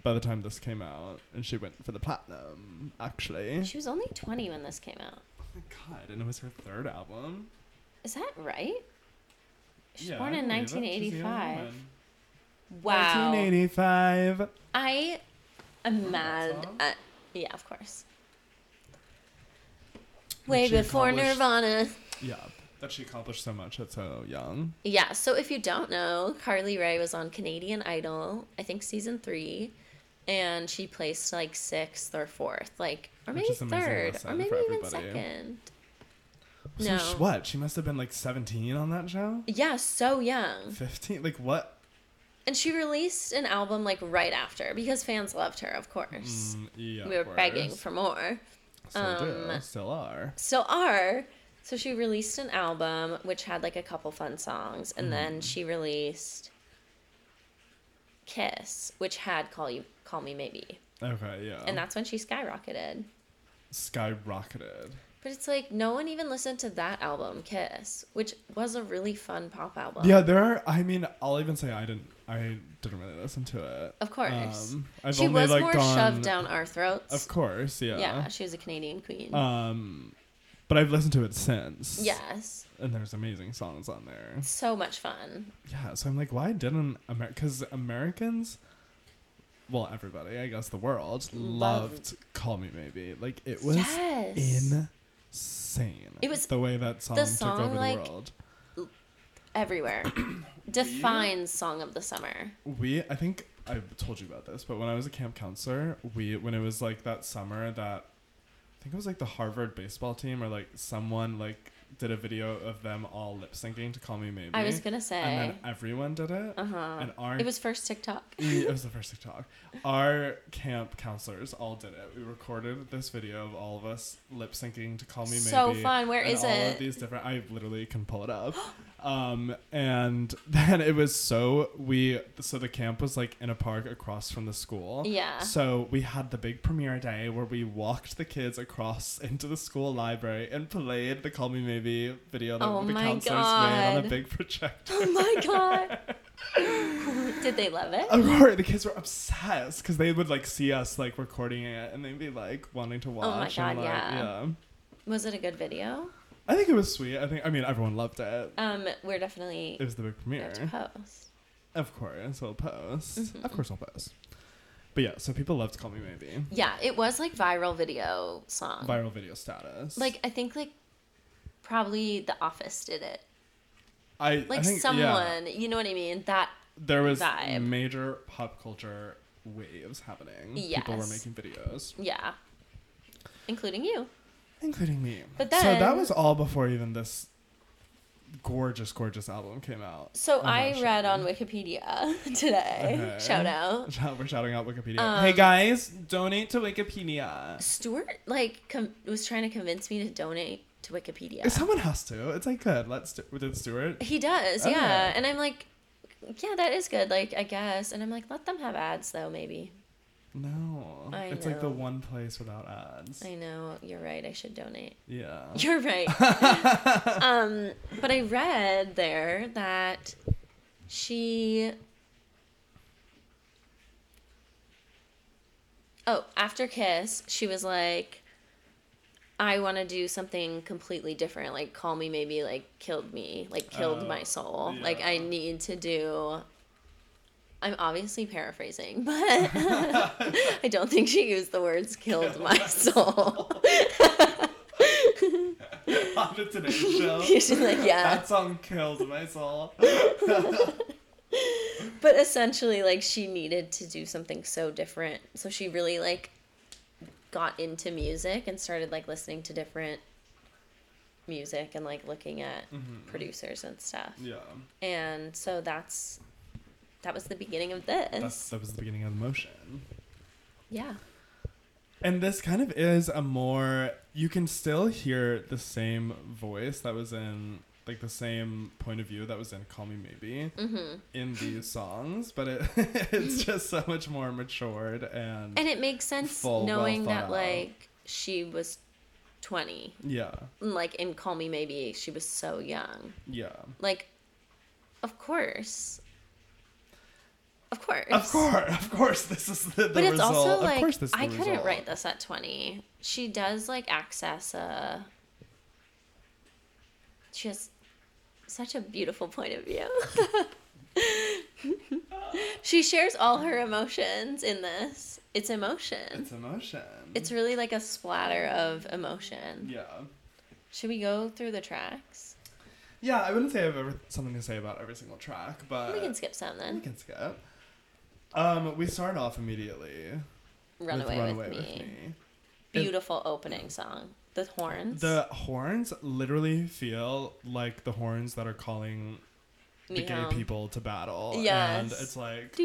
[SPEAKER 2] By the time this came out, and she went for the platinum. Actually, Oh
[SPEAKER 1] she was only twenty when this came out.
[SPEAKER 2] God, and it was her third album.
[SPEAKER 1] Is that right? She was
[SPEAKER 2] Yeah,
[SPEAKER 1] born
[SPEAKER 2] I
[SPEAKER 1] in
[SPEAKER 2] believe it. She's a young
[SPEAKER 1] 1985.
[SPEAKER 2] woman.
[SPEAKER 1] Wow.
[SPEAKER 2] 1985.
[SPEAKER 1] I am
[SPEAKER 2] that
[SPEAKER 1] mad
[SPEAKER 2] song?
[SPEAKER 1] at yeah, of course.
[SPEAKER 2] Which
[SPEAKER 1] Way
[SPEAKER 2] she
[SPEAKER 1] before
[SPEAKER 2] accomplished-
[SPEAKER 1] Nirvana.
[SPEAKER 2] Yeah, that she accomplished so much at so young.
[SPEAKER 1] Yeah, so if you don't know, Carly Rae was on Canadian Idol, I think season three, and she placed like sixth or fourth. Like or
[SPEAKER 2] Which
[SPEAKER 1] maybe
[SPEAKER 2] is an amazing
[SPEAKER 1] third,
[SPEAKER 2] lesson
[SPEAKER 1] or
[SPEAKER 2] for
[SPEAKER 1] maybe even
[SPEAKER 2] everybody.
[SPEAKER 1] second.
[SPEAKER 2] So
[SPEAKER 1] No.
[SPEAKER 2] sh- what? She must have been like 17 on that show?
[SPEAKER 1] Yeah, so young.
[SPEAKER 2] 15? Like what?
[SPEAKER 1] And she released an album like right after because fans loved her, of course.
[SPEAKER 2] Mm, yeah,
[SPEAKER 1] we were
[SPEAKER 2] of course.
[SPEAKER 1] begging for more.
[SPEAKER 2] Still do.
[SPEAKER 1] um,
[SPEAKER 2] Still are.
[SPEAKER 1] Still are. So she released an album which had like a couple fun songs, and
[SPEAKER 2] Mm-hmm.
[SPEAKER 1] then she released Kiss, which had Call You Call Me Maybe.
[SPEAKER 2] Okay, yeah.
[SPEAKER 1] And that's when she skyrocketed.
[SPEAKER 2] skyrocketed.
[SPEAKER 1] But it's like no one even listened to that album, Kiss, which was a really fun pop album.
[SPEAKER 2] Yeah, there are. I mean, I'll even say I didn't. I didn't really listen to it.
[SPEAKER 1] Of course.
[SPEAKER 2] Um, I've
[SPEAKER 1] she
[SPEAKER 2] only
[SPEAKER 1] was
[SPEAKER 2] like
[SPEAKER 1] more
[SPEAKER 2] gone.
[SPEAKER 1] shoved down our throats.
[SPEAKER 2] Of course, yeah.
[SPEAKER 1] Yeah, she was a Canadian queen.
[SPEAKER 2] Um, but I've listened to it since.
[SPEAKER 1] yes.
[SPEAKER 2] And there's amazing songs on there.
[SPEAKER 1] So much fun.
[SPEAKER 2] Yeah, so I'm like, why didn't America? Because Americans, well, everybody, I guess, the world loved
[SPEAKER 1] Loved.
[SPEAKER 2] "Call Me Maybe." Like it was
[SPEAKER 1] Yes.
[SPEAKER 2] insane.
[SPEAKER 1] It was-
[SPEAKER 2] the way that song,
[SPEAKER 1] song,
[SPEAKER 2] took over
[SPEAKER 1] like-
[SPEAKER 2] the world.
[SPEAKER 1] Everywhere. Defines Song of the Summer.
[SPEAKER 2] We, I think I told you about this, but when I was a camp counselor, we when it was like that summer that I think it was like the Harvard baseball team or like someone like did a video of them all lip syncing to "Call Me Maybe."
[SPEAKER 1] I was going to
[SPEAKER 2] and
[SPEAKER 1] say.
[SPEAKER 2] then everyone did it.
[SPEAKER 1] Uh huh.
[SPEAKER 2] And our
[SPEAKER 1] It was first TikTok.
[SPEAKER 2] E, it was the first TikTok. Our camp counselors all did it. We recorded this video of all of us lip syncing to "Call Me Maybe."
[SPEAKER 1] So fun. Where
[SPEAKER 2] Where is
[SPEAKER 1] is
[SPEAKER 2] All
[SPEAKER 1] it?
[SPEAKER 2] of these different. I literally can pull it up. Um, and then it was so we so the camp was like in a park across from the school.
[SPEAKER 1] Yeah.
[SPEAKER 2] So we had the big premiere day where we walked the kids across into the school library and played the "Call Me Maybe" video that
[SPEAKER 1] Oh
[SPEAKER 2] the
[SPEAKER 1] my
[SPEAKER 2] counselors made on a
[SPEAKER 1] God.
[SPEAKER 2] big projector.
[SPEAKER 1] Oh my god. Did they love it?
[SPEAKER 2] Of course, the kids were obsessed because they would like see us like recording it, and they'd be like wanting to watch.
[SPEAKER 1] Oh my God,
[SPEAKER 2] and, like,
[SPEAKER 1] yeah. Was it a good video?
[SPEAKER 2] I think it was sweet. I think I mean everyone loved it.
[SPEAKER 1] Um, we're definitely
[SPEAKER 2] It was the big
[SPEAKER 1] gonna
[SPEAKER 2] premiere,
[SPEAKER 1] have to post.
[SPEAKER 2] of course. We'll post,
[SPEAKER 1] Mm-hmm.
[SPEAKER 2] of course, we'll post. But yeah, so people loved "Call Me Maybe"
[SPEAKER 1] Yeah, it was like viral video song.
[SPEAKER 2] viral video status.
[SPEAKER 1] Like I think like probably The Office did it.
[SPEAKER 2] I I
[SPEAKER 1] Like
[SPEAKER 2] think, yeah,
[SPEAKER 1] someone, you know what I mean? That
[SPEAKER 2] there was
[SPEAKER 1] vibe.
[SPEAKER 2] major pop culture waves happening. People were
[SPEAKER 1] Yes.
[SPEAKER 2] making videos,
[SPEAKER 1] yeah. Including you.
[SPEAKER 2] including me.
[SPEAKER 1] But
[SPEAKER 2] so that
[SPEAKER 1] then-
[SPEAKER 2] was all before even this gorgeous, gorgeous album came out.
[SPEAKER 1] So
[SPEAKER 2] I'm not
[SPEAKER 1] I read
[SPEAKER 2] sure.
[SPEAKER 1] on Wikipedia today.
[SPEAKER 2] Oh, Okay.
[SPEAKER 1] Shout out.
[SPEAKER 2] Shout- We're shouting out Wikipedia.
[SPEAKER 1] Um,
[SPEAKER 2] hey guys, donate to Wikipedia.
[SPEAKER 1] Stuart like com- was trying to convince me to donate to Wikipedia.
[SPEAKER 2] Someone has to. It's like good. Let's do. Did Stuart?
[SPEAKER 1] He does,
[SPEAKER 2] Okay.
[SPEAKER 1] yeah. And I'm like, yeah, that is good. Like, I guess. And I'm like, let them have ads though. Maybe.
[SPEAKER 2] No.
[SPEAKER 1] I
[SPEAKER 2] it's like the
[SPEAKER 1] know.
[SPEAKER 2] one place without ads.
[SPEAKER 1] I know you're right. I should donate.
[SPEAKER 2] yeah.
[SPEAKER 1] You're right. um, but I read there that she. Oh, after Kiss, she was like, I want to do something completely different. Like, call me maybe, like, killed me, like, killed
[SPEAKER 2] Oh,
[SPEAKER 1] my soul. Like, I
[SPEAKER 2] yeah.
[SPEAKER 1] need to do. I'm obviously paraphrasing, but I don't think she used the words killed my soul.
[SPEAKER 2] On the Today Show.
[SPEAKER 1] She's like, yeah.
[SPEAKER 2] That song killed my soul.
[SPEAKER 1] but essentially like she needed to do something so different so she really like got into music and started like listening to different music and like looking at
[SPEAKER 2] Mm-hmm,
[SPEAKER 1] producers and stuff
[SPEAKER 2] Yeah.
[SPEAKER 1] and so that's that was the beginning of this
[SPEAKER 2] That's, that was the beginning of the motion.
[SPEAKER 1] yeah
[SPEAKER 2] And this kind of is a more you can still hear the same voice that was in like the same point of view that was in Call Me Maybe
[SPEAKER 1] Mm-hmm.
[SPEAKER 2] in these songs, but it, it's just so much more matured and,
[SPEAKER 1] and it makes sense
[SPEAKER 2] Full, well
[SPEAKER 1] knowing
[SPEAKER 2] thought
[SPEAKER 1] that
[SPEAKER 2] out.
[SPEAKER 1] like she was 20
[SPEAKER 2] yeah,
[SPEAKER 1] And, like in call me maybe she was so young
[SPEAKER 2] yeah.
[SPEAKER 1] like of course of course
[SPEAKER 2] Of course, of course, this is the, the
[SPEAKER 1] but it's
[SPEAKER 2] result.
[SPEAKER 1] also
[SPEAKER 2] of
[SPEAKER 1] like
[SPEAKER 2] course, this is the
[SPEAKER 1] I couldn't
[SPEAKER 2] result.
[SPEAKER 1] write this at twenty. She does like access a. She has such a beautiful point of view. she shares all her emotions in this. It's emotion.
[SPEAKER 2] It's emotion.
[SPEAKER 1] It's really like a splatter of emotion.
[SPEAKER 2] yeah,
[SPEAKER 1] Should we go through the tracks?
[SPEAKER 2] yeah. I wouldn't say I have ever something to say about every single track, but
[SPEAKER 1] We can skip some
[SPEAKER 2] Uh, we
[SPEAKER 1] then.
[SPEAKER 2] can skip. Um, we start off immediately
[SPEAKER 1] Run
[SPEAKER 2] with
[SPEAKER 1] away,
[SPEAKER 2] Run
[SPEAKER 1] with,
[SPEAKER 2] Away
[SPEAKER 1] me.
[SPEAKER 2] With Me.
[SPEAKER 1] beautiful opening song. The horns.
[SPEAKER 2] The horns literally feel like the horns that are calling
[SPEAKER 1] Me
[SPEAKER 2] the gay
[SPEAKER 1] Home.
[SPEAKER 2] people to battle. And
[SPEAKER 1] Yes.
[SPEAKER 2] it's like.
[SPEAKER 1] Doo,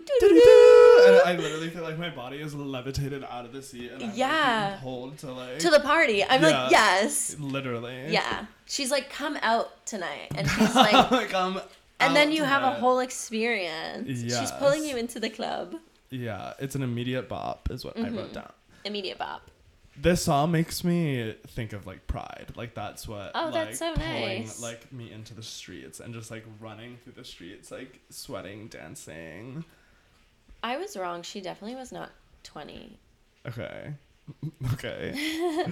[SPEAKER 1] doo, doo,
[SPEAKER 2] "Doo-doo-doo," And I literally feel like my body is levitated out of the seat and I'm like,
[SPEAKER 1] Yeah.
[SPEAKER 2] being pulled to like
[SPEAKER 1] doo. To the party. I'm
[SPEAKER 2] Yeah.
[SPEAKER 1] like, yes.
[SPEAKER 2] literally
[SPEAKER 1] Yeah. She's like, come out tonight. And she's like,
[SPEAKER 2] I'm
[SPEAKER 1] and then
[SPEAKER 2] out
[SPEAKER 1] you have a
[SPEAKER 2] tonight.
[SPEAKER 1] whole experience. She's pulling
[SPEAKER 2] Yes.
[SPEAKER 1] you into the club.
[SPEAKER 2] yeah. It's an immediate bop, is what
[SPEAKER 1] Mm-hmm.
[SPEAKER 2] I wrote down.
[SPEAKER 1] Immediate bop.
[SPEAKER 2] This song makes me think of like pride. Like that's what.
[SPEAKER 1] Oh,
[SPEAKER 2] like,
[SPEAKER 1] that's so
[SPEAKER 2] pulling,
[SPEAKER 1] nice.
[SPEAKER 2] Like me into the streets and just like running through the streets, like sweating, dancing.
[SPEAKER 1] I was wrong. She definitely was not 20.
[SPEAKER 2] Okay. Okay.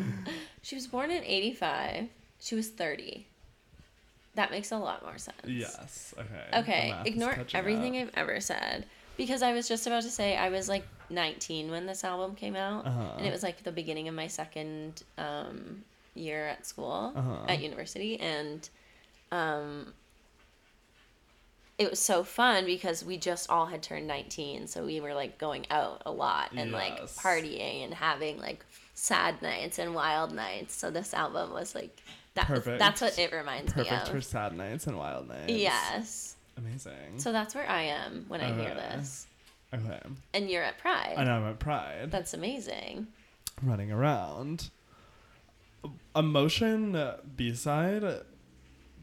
[SPEAKER 1] She was born in 85. She was 30. That makes a lot more sense.
[SPEAKER 2] yes. Okay. The
[SPEAKER 1] Okay,
[SPEAKER 2] math is
[SPEAKER 1] ignore
[SPEAKER 2] catching
[SPEAKER 1] everything
[SPEAKER 2] up.
[SPEAKER 1] I've ever said because I was just about to say I was like 19 when this album came out,
[SPEAKER 2] Uh-huh.
[SPEAKER 1] and it was like the beginning of my second um, year at school
[SPEAKER 2] Uh-huh.
[SPEAKER 1] at university, and um, it was so fun because we just all had turned 19, so we were like going out a lot and like
[SPEAKER 2] Yes.
[SPEAKER 1] partying and having like sad nights and wild nights. So this album was like that.
[SPEAKER 2] Perfect.
[SPEAKER 1] That's what it reminds me of.
[SPEAKER 2] Perfect for sad nights and wild nights.
[SPEAKER 1] Yes.
[SPEAKER 2] Amazing.
[SPEAKER 1] So that's where I am when I hear
[SPEAKER 2] Okay.
[SPEAKER 1] this.
[SPEAKER 2] okay.
[SPEAKER 1] And you're at Pride.
[SPEAKER 2] And I'm at Pride.
[SPEAKER 1] That's amazing.
[SPEAKER 2] running around. Emotion uh, B side,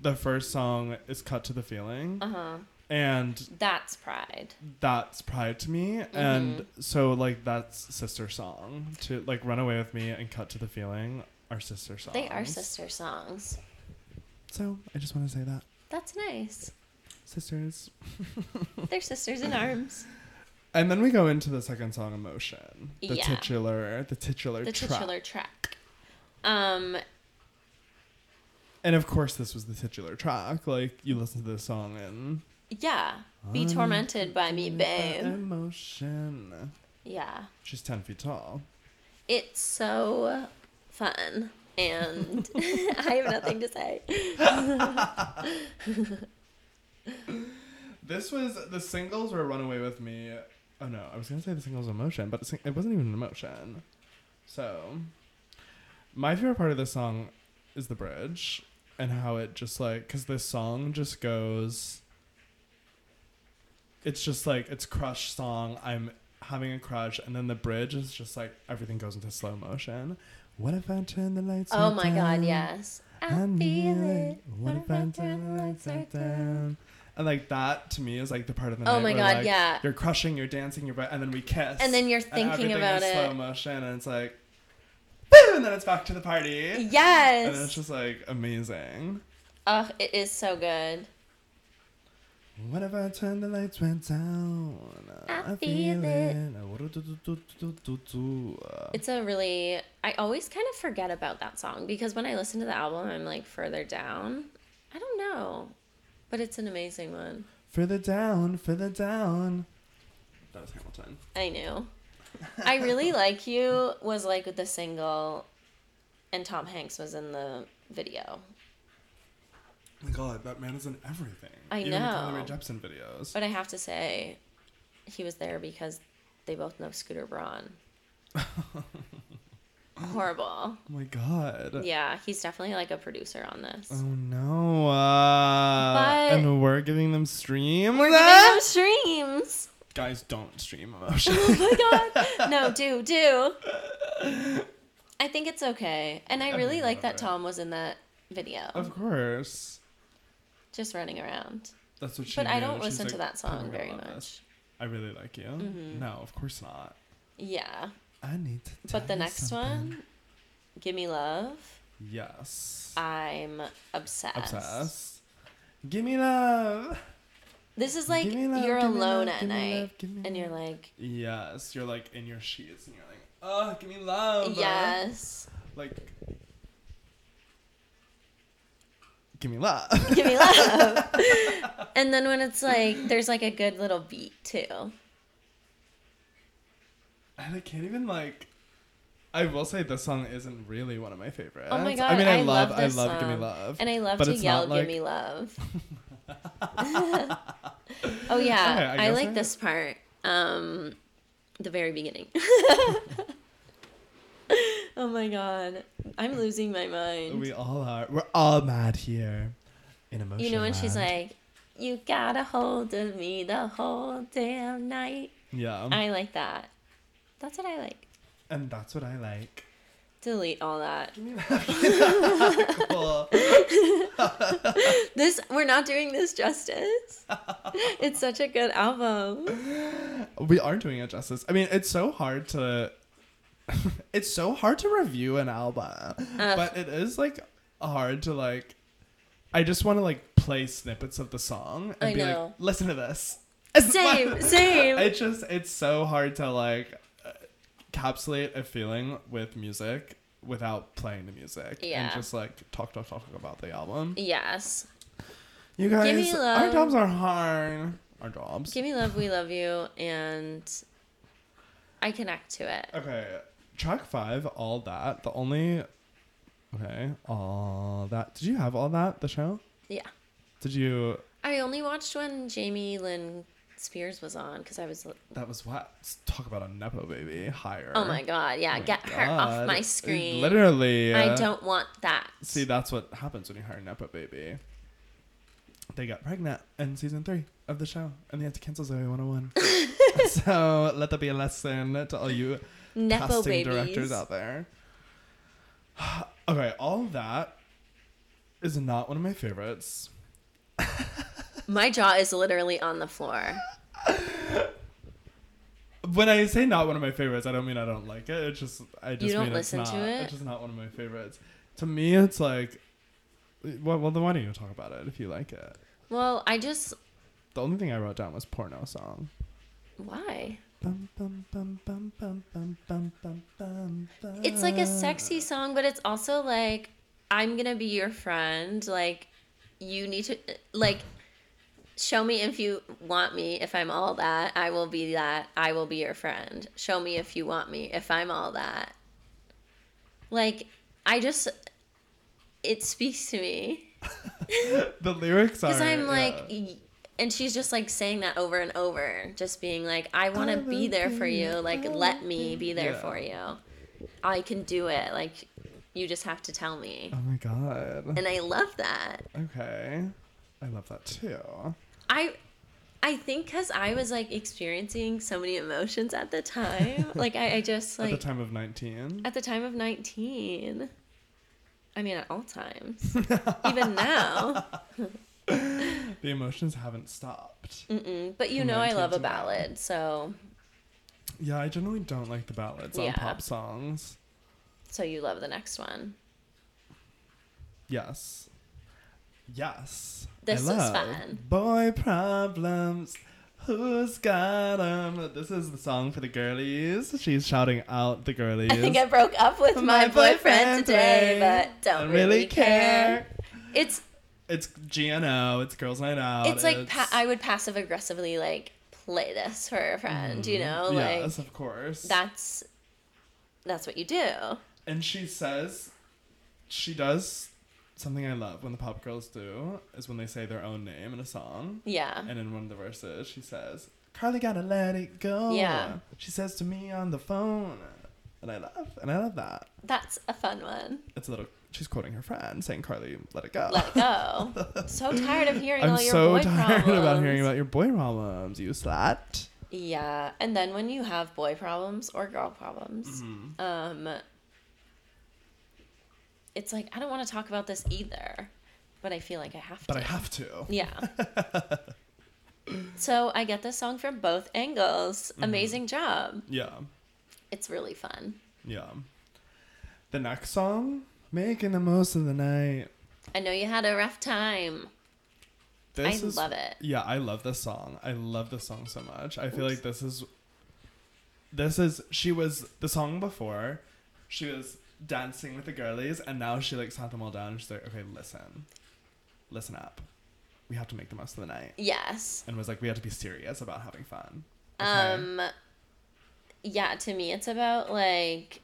[SPEAKER 2] the first song is Cut to the Feeling.
[SPEAKER 1] Uh huh.
[SPEAKER 2] And
[SPEAKER 1] That's Pride.
[SPEAKER 2] that's pride to me. And
[SPEAKER 1] Mm-hmm.
[SPEAKER 2] so, like, that's sister song to like Run Away with Me and Cut to the Feeling are sister songs.
[SPEAKER 1] They are sister songs.
[SPEAKER 2] So, I just want to say that.
[SPEAKER 1] That's nice.
[SPEAKER 2] Sisters.
[SPEAKER 1] They're sisters in arms.
[SPEAKER 2] And then we go into the second song, Emotion. The
[SPEAKER 1] Yeah.
[SPEAKER 2] titular, the titular
[SPEAKER 1] The
[SPEAKER 2] track.
[SPEAKER 1] titular track. Um,
[SPEAKER 2] And of course, this was the titular track. Like, you listen to this song and.
[SPEAKER 1] yeah. Be tormented by me, babe.
[SPEAKER 2] Emotion.
[SPEAKER 1] Yeah.
[SPEAKER 2] She's 10 feet tall.
[SPEAKER 1] It's so fun. And I have nothing to say.
[SPEAKER 2] This was the singles were Runaway with Me. Oh no, I was gonna say the singles emotion, but it's- it wasn't even emotion. So, my favorite part of this song is the bridge and how it just like because this song just goes. It's just like it's crush song. I'm having a crush, and then the bridge is just like everything goes into slow motion. What if I turn the lights?
[SPEAKER 1] Oh
[SPEAKER 2] are
[SPEAKER 1] my god,
[SPEAKER 2] down?
[SPEAKER 1] yes. I
[SPEAKER 2] I'm
[SPEAKER 1] feel
[SPEAKER 2] kneeling.
[SPEAKER 1] it.
[SPEAKER 2] What if I turn the lights are down? And like that to me is like the part of the
[SPEAKER 1] Oh
[SPEAKER 2] night
[SPEAKER 1] my
[SPEAKER 2] where,
[SPEAKER 1] God,
[SPEAKER 2] like,
[SPEAKER 1] yeah.
[SPEAKER 2] You're crushing, you're dancing, you're and then we kiss.
[SPEAKER 1] And then you're
[SPEAKER 2] everything
[SPEAKER 1] thinking about
[SPEAKER 2] is slow
[SPEAKER 1] it.
[SPEAKER 2] motion and it's like boom and then it's back to the party. And it's
[SPEAKER 1] Yes.
[SPEAKER 2] just like amazing.
[SPEAKER 1] Oh, it is so good.
[SPEAKER 2] What if I turn the lights went down?
[SPEAKER 1] I feel it. It's a really I always kind of forget about that song because when I listen to the album I'm like further down. I don't know. But it's an amazing one.
[SPEAKER 2] Further down, further down. That was Hamilton.
[SPEAKER 1] I knew. I really like you was like the single and Tom Hanks was in the video.
[SPEAKER 2] Oh my god, that man is in everything.
[SPEAKER 1] I
[SPEAKER 2] Even the Carly Rae
[SPEAKER 1] know.
[SPEAKER 2] Jepsen videos.
[SPEAKER 1] But I have to say he was there because they both know Scooter Braun. Horrible.
[SPEAKER 2] Oh my god.
[SPEAKER 1] Yeah, he's definitely like a producer on this.
[SPEAKER 2] Oh no. Uh,
[SPEAKER 1] But-
[SPEAKER 2] and we're giving them stream.
[SPEAKER 1] We're giving them streams.
[SPEAKER 2] Guys, don't stream emotion.
[SPEAKER 1] Oh my god. No, do, do. I think it's okay. And I really like that
[SPEAKER 2] Alright.
[SPEAKER 1] Tom was in that video.
[SPEAKER 2] of course.
[SPEAKER 1] Just running around.
[SPEAKER 2] That's what she
[SPEAKER 1] But I
[SPEAKER 2] knew.
[SPEAKER 1] don't
[SPEAKER 2] She's
[SPEAKER 1] listen to
[SPEAKER 2] like,
[SPEAKER 1] that
[SPEAKER 2] "Oh, I'm
[SPEAKER 1] song
[SPEAKER 2] gonna
[SPEAKER 1] very
[SPEAKER 2] love
[SPEAKER 1] much.
[SPEAKER 2] this. I really like you. No, of course not.
[SPEAKER 1] Yeah.
[SPEAKER 2] I need to tell
[SPEAKER 1] But the
[SPEAKER 2] you
[SPEAKER 1] next
[SPEAKER 2] something.
[SPEAKER 1] one, Gimme Love,
[SPEAKER 2] Yes.
[SPEAKER 1] I'm obsessed.
[SPEAKER 2] Obsessed. Give me love.
[SPEAKER 1] This is like
[SPEAKER 2] Gimme love,
[SPEAKER 1] you're
[SPEAKER 2] gimme love,
[SPEAKER 1] alone at
[SPEAKER 2] gimme
[SPEAKER 1] night
[SPEAKER 2] love, gimme
[SPEAKER 1] and you're
[SPEAKER 2] love.
[SPEAKER 1] like,
[SPEAKER 2] Yes, you're like in your sheets and you're like, oh, give me love.
[SPEAKER 1] yes,
[SPEAKER 2] like give me love
[SPEAKER 1] gimme love. and then when it's like, there's like a good little beat too.
[SPEAKER 2] and i can't even like i will say this song isn't really one of my favorites
[SPEAKER 1] Oh my god!
[SPEAKER 2] i mean i, love,
[SPEAKER 1] love
[SPEAKER 2] i
[SPEAKER 1] this
[SPEAKER 2] love
[SPEAKER 1] song.
[SPEAKER 2] give me love
[SPEAKER 1] and I love
[SPEAKER 2] but
[SPEAKER 1] to
[SPEAKER 2] it's
[SPEAKER 1] yell
[SPEAKER 2] not,
[SPEAKER 1] "Give
[SPEAKER 2] like-
[SPEAKER 1] me love." oh yeah,
[SPEAKER 2] Okay, I
[SPEAKER 1] I,
[SPEAKER 2] guess
[SPEAKER 1] like
[SPEAKER 2] I-
[SPEAKER 1] this part. Um, the very beginning. Oh my god. I'm losing my mind.
[SPEAKER 2] We all are. We're all mad here. In emotion.
[SPEAKER 1] you know, and she's
[SPEAKER 2] land.
[SPEAKER 1] like, You got a hold of me the whole damn night.
[SPEAKER 2] yeah,
[SPEAKER 1] I like that. That's what I like.
[SPEAKER 2] and that's what I like.
[SPEAKER 1] Delete all that.
[SPEAKER 2] Cool.
[SPEAKER 1] This we're not doing this justice. it's such a good album.
[SPEAKER 2] we are doing it justice. I mean, it's so hard to. it's so hard to review an album, but it is like hard to like. I just want to like play snippets of the song and
[SPEAKER 1] I
[SPEAKER 2] be
[SPEAKER 1] know.
[SPEAKER 2] like, listen to this.
[SPEAKER 1] Same, same.
[SPEAKER 2] It's just it's so hard to like uh, encapsulate a feeling with music without playing the music and
[SPEAKER 1] Yeah.
[SPEAKER 2] just like talk talk talk about the album.
[SPEAKER 1] Yes.
[SPEAKER 2] You
[SPEAKER 1] me
[SPEAKER 2] guys, our
[SPEAKER 1] love.
[SPEAKER 2] jobs are hard. Our jobs.
[SPEAKER 1] Give me love, we love you, and I connect to it.
[SPEAKER 2] Okay, track five, all that. The only. Okay, all that. Did you have all that? The show?
[SPEAKER 1] Yeah.
[SPEAKER 2] Did you?
[SPEAKER 1] I only watched when Jamie Lynn Spears was on because I was.
[SPEAKER 2] That was what. Let's talk about a nepo baby. Higher.
[SPEAKER 1] Oh my god! Yeah,
[SPEAKER 2] my
[SPEAKER 1] get her off
[SPEAKER 2] God.
[SPEAKER 1] my screen.
[SPEAKER 2] Literally.
[SPEAKER 1] I
[SPEAKER 2] uh,
[SPEAKER 1] don't want that.
[SPEAKER 2] See, that's what happens when you hire a nepo baby. They got pregnant in season three of the show, and they had to cancel Zoe 101. so let that be a lesson to all you
[SPEAKER 1] Nepo
[SPEAKER 2] casting
[SPEAKER 1] babies.
[SPEAKER 2] directors out there. okay, all of that is not one of my favorites.
[SPEAKER 1] My jaw is literally on the floor.
[SPEAKER 2] When I say not one of my favorites, I don't mean I don't like it. It's just I just
[SPEAKER 1] don't
[SPEAKER 2] mean
[SPEAKER 1] listen
[SPEAKER 2] it's
[SPEAKER 1] to
[SPEAKER 2] not.
[SPEAKER 1] it?
[SPEAKER 2] It's just not one of my favorites. To me, it's like, well, well, then why don't you talk about it if you like it?
[SPEAKER 1] Well, I just
[SPEAKER 2] The only thing I wrote down was porno song.
[SPEAKER 1] why?
[SPEAKER 2] Bum, bum, bum, bum, bum, bum, bum, bum, bum, bum.
[SPEAKER 1] It's like a sexy song, but it's also like I'm gonna be your friend. Like you need to like show me if you want me. If I'm all that, I will be that. I will be your friend. Show me if you want me. If I'm all that, like I just it speaks to me.
[SPEAKER 2] The lyrics are.
[SPEAKER 1] Because I'm like,
[SPEAKER 2] yeah.
[SPEAKER 1] y- and she's just like saying that over and over, just being like, I want to be there for you. Like, let me be there
[SPEAKER 2] Yeah.
[SPEAKER 1] for you. I can do it. Like, you just have to tell me.
[SPEAKER 2] Oh my god.
[SPEAKER 1] And I love that.
[SPEAKER 2] Okay. I love that too.
[SPEAKER 1] I. I think because I was like experiencing so many emotions at the time. Like, I, I just like
[SPEAKER 2] At the time of 19.
[SPEAKER 1] at the time of 19. I mean, at all times. Even now.
[SPEAKER 2] The emotions haven't stopped.
[SPEAKER 1] Mm-mm. But you
[SPEAKER 2] From
[SPEAKER 1] know, I love a
[SPEAKER 2] 19 to now.
[SPEAKER 1] ballad. So,
[SPEAKER 2] Yeah, I generally don't like the ballads on
[SPEAKER 1] Yeah.
[SPEAKER 2] pop songs.
[SPEAKER 1] so you love the next one.
[SPEAKER 2] Yes. Yes.
[SPEAKER 1] This is
[SPEAKER 2] I love
[SPEAKER 1] fun.
[SPEAKER 2] Boy problems. Who's got 'em? This is the song for the girlies. She's shouting out the girlies.
[SPEAKER 1] I think I broke up with my, boyfriend, today, but
[SPEAKER 2] I
[SPEAKER 1] don't really care. It's
[SPEAKER 2] It's GNO. It's Girls Night Out.
[SPEAKER 1] it's like pa- I would passive aggressively like play this for a friend, you know, like
[SPEAKER 2] Mm-hmm. yes, of course.
[SPEAKER 1] that's that's what you do.
[SPEAKER 2] and she says, she does something I love when the pop girls do is when they say their own name in a song.
[SPEAKER 1] Yeah.
[SPEAKER 2] And in one of the verses, she says, "Carly gotta let it go."
[SPEAKER 1] Yeah.
[SPEAKER 2] She says to me on the phone, and I love, and I love that.
[SPEAKER 1] That's a fun one.
[SPEAKER 2] It's a little. She's quoting her friend, saying, "Carly, let it go."
[SPEAKER 1] Let it go. so tired of hearing
[SPEAKER 2] I'm
[SPEAKER 1] all your
[SPEAKER 2] so
[SPEAKER 1] boy
[SPEAKER 2] tired
[SPEAKER 1] problems.
[SPEAKER 2] about hearing about your boy problems. You slut.
[SPEAKER 1] Yeah, and then when you have boy problems or girl problems,
[SPEAKER 2] Mm-hmm.
[SPEAKER 1] um, it's like I don't want to talk about this either, but I feel like I have
[SPEAKER 2] But
[SPEAKER 1] to.
[SPEAKER 2] I have to.
[SPEAKER 1] Yeah. so I get this song from both angles.
[SPEAKER 2] Mm-hmm.
[SPEAKER 1] Amazing job.
[SPEAKER 2] Yeah.
[SPEAKER 1] It's really fun.
[SPEAKER 2] Yeah. The next song, making the most of the night.
[SPEAKER 1] I know you had a rough time.
[SPEAKER 2] This
[SPEAKER 1] I
[SPEAKER 2] is,
[SPEAKER 1] love it.
[SPEAKER 2] Yeah, I love this song. I love this song so much. I feel like this is. This is she was the song before, she was dancing with the girlies, and now she like sat them all down. And she's like, okay, listen, listen up, we have to make the most of the night,
[SPEAKER 1] Yes.
[SPEAKER 2] and was like, we have to be serious about having fun. Okay?
[SPEAKER 1] Um yeah, to me it's about like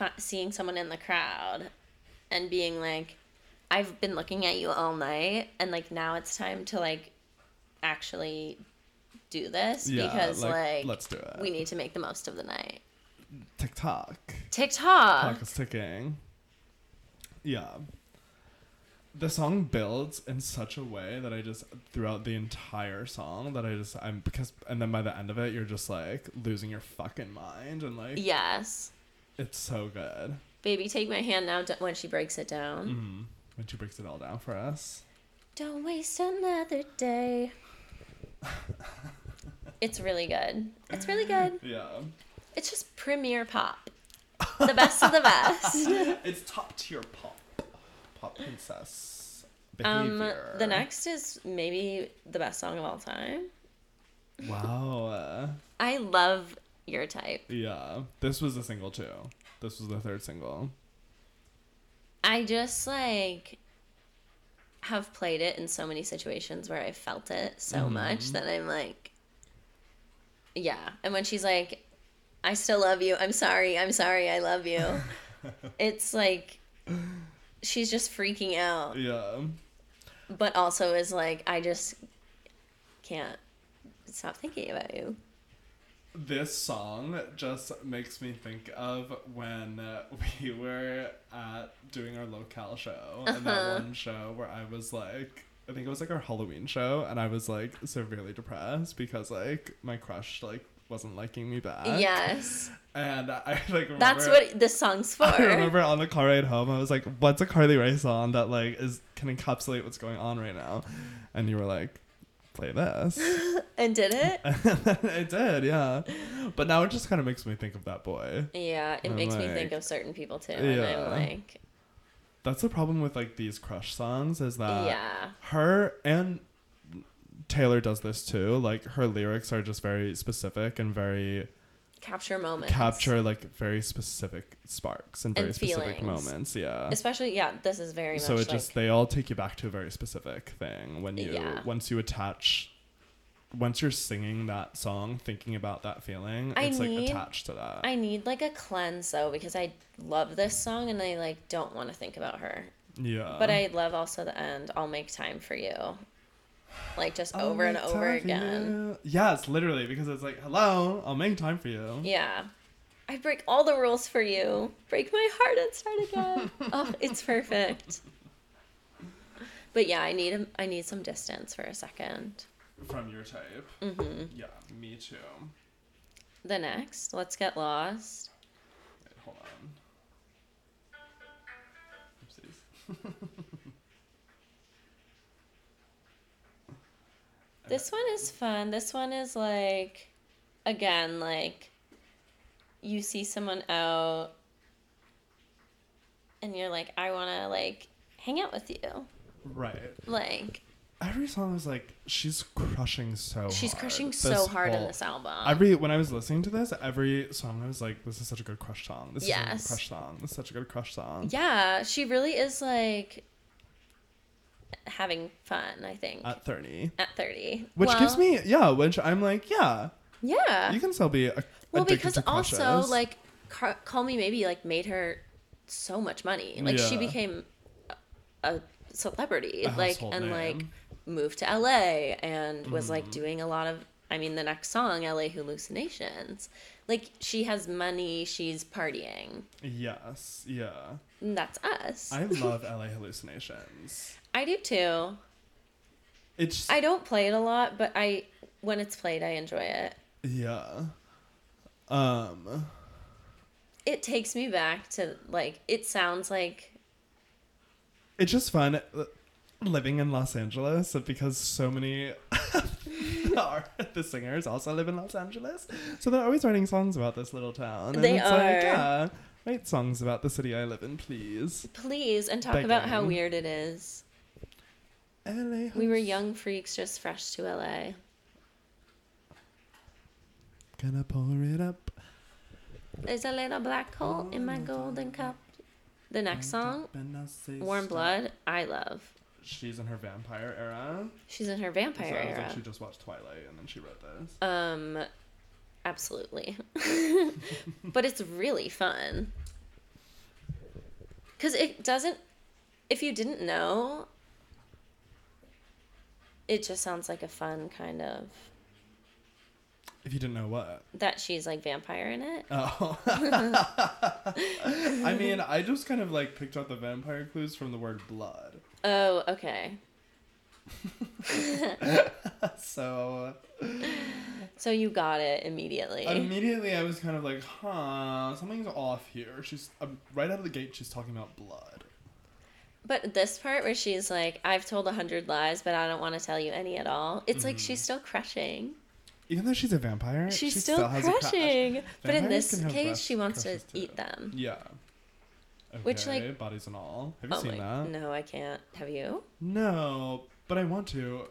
[SPEAKER 1] f- seeing someone in the crowd and being like I've been looking at you all night and like now it's time to like actually do this
[SPEAKER 2] yeah,
[SPEAKER 1] because like,
[SPEAKER 2] let's do it.
[SPEAKER 1] we need to make the most of the night.
[SPEAKER 2] TikTok.
[SPEAKER 1] TikTok.
[SPEAKER 2] Clock is ticking. Yeah. The song builds in such a way that I just throughout the entire song that I just I'm because and then by the end of it you're just like losing your fucking mind and like
[SPEAKER 1] Yes.
[SPEAKER 2] it's so good.
[SPEAKER 1] Baby, take my hand now d- when she breaks it down.
[SPEAKER 2] Mm. When she breaks it all down for us.
[SPEAKER 1] Don't waste another day. it's really good. It's really good.
[SPEAKER 2] Yeah.
[SPEAKER 1] It's just premier pop. The best of the best.
[SPEAKER 2] it's top tier pop. Pop princess.
[SPEAKER 1] Um,
[SPEAKER 2] Behavior.
[SPEAKER 1] the next is maybe the best song of all time.
[SPEAKER 2] Wow. uh,
[SPEAKER 1] I love your type.
[SPEAKER 2] yeah. This was a single too. This was the third single.
[SPEAKER 1] I just like have played it in so many situations where I felt it so
[SPEAKER 2] Mm-hmm.
[SPEAKER 1] much that I'm like, yeah. And when she's like, I still love you. I'm sorry. I'm sorry. I love you. it's like she's just freaking out,
[SPEAKER 2] Yeah.
[SPEAKER 1] but also is like, I just can't stop thinking about you.
[SPEAKER 2] This song just makes me think of when we were at doing our locale show and
[SPEAKER 1] Uh-huh.
[SPEAKER 2] that one show where I was like, I think it was like our Halloween show, and I was like severely depressed because like my crush like wasn't liking me back.
[SPEAKER 1] Yes.
[SPEAKER 2] and I like remember,
[SPEAKER 1] That's what this song's for.
[SPEAKER 2] I remember on the car ride home, I was like, "What's a Carly Rae song that like is can encapsulate what's going on right now?" And you were like, "Play this."
[SPEAKER 1] And did it?
[SPEAKER 2] it did, yeah. But now it just kind of makes me think of that boy.
[SPEAKER 1] Yeah. It
[SPEAKER 2] I'm
[SPEAKER 1] makes me think
[SPEAKER 2] like-
[SPEAKER 1] of certain people too. And
[SPEAKER 2] Yeah.
[SPEAKER 1] I'm like,
[SPEAKER 2] That's the problem with like these crush songs is that
[SPEAKER 1] yeah.
[SPEAKER 2] her and Taylor does this too. Like her lyrics are just very specific and very
[SPEAKER 1] capture moments.
[SPEAKER 2] capture like very specific sparks and very
[SPEAKER 1] And
[SPEAKER 2] specific
[SPEAKER 1] feelings.
[SPEAKER 2] moments. Yeah.
[SPEAKER 1] Especially, yeah, this is very much
[SPEAKER 2] so it
[SPEAKER 1] like,
[SPEAKER 2] just they all take you back to a very specific thing when you
[SPEAKER 1] Yeah.
[SPEAKER 2] once you attach once you're singing that song thinking about that feeling
[SPEAKER 1] I
[SPEAKER 2] it's like
[SPEAKER 1] need-
[SPEAKER 2] attached to that
[SPEAKER 1] I need like a cleanse though because I love this song and I like don't want to think about her.
[SPEAKER 2] yeah
[SPEAKER 1] But I love also the end. I'll make time for you. Like just over and over again.
[SPEAKER 2] Yes, literally, because it's like, hello, I'll make time for you.
[SPEAKER 1] Yeah. I break all the rules for you. Break my heart and start again. oh, it's perfect. But yeah, I need a, I need some distance for a second.
[SPEAKER 2] From your type.
[SPEAKER 1] Mm-hmm.
[SPEAKER 2] Yeah, me too.
[SPEAKER 1] The next, let's get lost.
[SPEAKER 2] Wait, hold on. Oopsies.
[SPEAKER 1] This one is fun. This one is like, again, like, you see someone out and you're like, I want to, like, hang out with you.
[SPEAKER 2] Right.
[SPEAKER 1] Like,
[SPEAKER 2] Every song is like, she's crushing so hard.
[SPEAKER 1] she's crushing so hard in
[SPEAKER 2] whole-
[SPEAKER 1] this album.
[SPEAKER 2] Every when I was listening to this, every song I was like, "This is such a good crush song. This
[SPEAKER 1] Yes.
[SPEAKER 2] is such a good crush song. This is such a good crush song."
[SPEAKER 1] yeah, she really is, like, having fun, I think,
[SPEAKER 2] At thirty,
[SPEAKER 1] at 30.
[SPEAKER 2] Uh, which gives
[SPEAKER 1] Well,
[SPEAKER 2] me yeah, which I'm like, yeah,
[SPEAKER 1] Yeah.
[SPEAKER 2] you can still be a,
[SPEAKER 1] well,
[SPEAKER 2] addicted
[SPEAKER 1] because
[SPEAKER 2] to crushes.
[SPEAKER 1] also, like, Car- Call Me Maybe, like, made her so much money. Like, she
[SPEAKER 2] Yeah.
[SPEAKER 1] became a, a celebrity,
[SPEAKER 2] A
[SPEAKER 1] like,
[SPEAKER 2] household
[SPEAKER 1] and like
[SPEAKER 2] name. Mm-hmm.
[SPEAKER 1] moved to LA and was like doing a lot of. I mean, the next song, LA Hallucinations. Like, she has money, she's partying.
[SPEAKER 2] Yes, yeah.
[SPEAKER 1] And that's us.
[SPEAKER 2] I love LA Hallucinations.
[SPEAKER 1] I do too.
[SPEAKER 2] It's
[SPEAKER 1] I don't play it a lot, but I when it's played, I enjoy it.
[SPEAKER 2] yeah. Um
[SPEAKER 1] It takes me back to like it sounds like
[SPEAKER 2] it's just fun uh, living in Los Angeles because so many are the singers also live in Los Angeles. So they're always writing songs about this little town.
[SPEAKER 1] They
[SPEAKER 2] it's
[SPEAKER 1] are.
[SPEAKER 2] Like, yeah, write songs about the city I live in, please.
[SPEAKER 1] please and talk about how
[SPEAKER 2] Begging.
[SPEAKER 1] weird it is.
[SPEAKER 2] LA
[SPEAKER 1] We were young freaks just fresh to LA.
[SPEAKER 2] Gonna pour it up.
[SPEAKER 1] There's a little black hole in my golden cup. The next song,
[SPEAKER 2] And I'll say
[SPEAKER 1] Warm
[SPEAKER 2] stop.
[SPEAKER 1] Blood, I love.
[SPEAKER 2] She's in her vampire era.
[SPEAKER 1] She's in her
[SPEAKER 2] So I
[SPEAKER 1] vampire
[SPEAKER 2] was like,
[SPEAKER 1] era.
[SPEAKER 2] she just watched Twilight and then she wrote this.
[SPEAKER 1] Um, absolutely. but it's really fun. Because it doesn't, if you didn't know, it just sounds like a fun kind of
[SPEAKER 2] If you didn't know what.
[SPEAKER 1] that she's like vampire in it.
[SPEAKER 2] Oh. I mean, I just kind of like picked out the vampire clues from the word blood.
[SPEAKER 1] Oh, okay.
[SPEAKER 2] So
[SPEAKER 1] So you got it immediately.
[SPEAKER 2] immediately I was kind of like, huh, something's off here. She's um, right out of the gate, she's talking about blood.
[SPEAKER 1] but this part where she's like, I've told a hundred lies, but I don't want to tell you any at all. It's like she's still crushing.
[SPEAKER 2] Even though she's a vampire,
[SPEAKER 1] She's
[SPEAKER 2] Mm-hmm. she
[SPEAKER 1] still,
[SPEAKER 2] has a crush.
[SPEAKER 1] crushing. But in this
[SPEAKER 2] Vampires can have
[SPEAKER 1] case,
[SPEAKER 2] breast
[SPEAKER 1] she wants to
[SPEAKER 2] crushes, too.
[SPEAKER 1] eat them.
[SPEAKER 2] Yeah. Okay,
[SPEAKER 1] Which, like- Oh
[SPEAKER 2] bodies and all. Have you seen that?
[SPEAKER 1] No, I can't. Have you?
[SPEAKER 2] No, but I want to.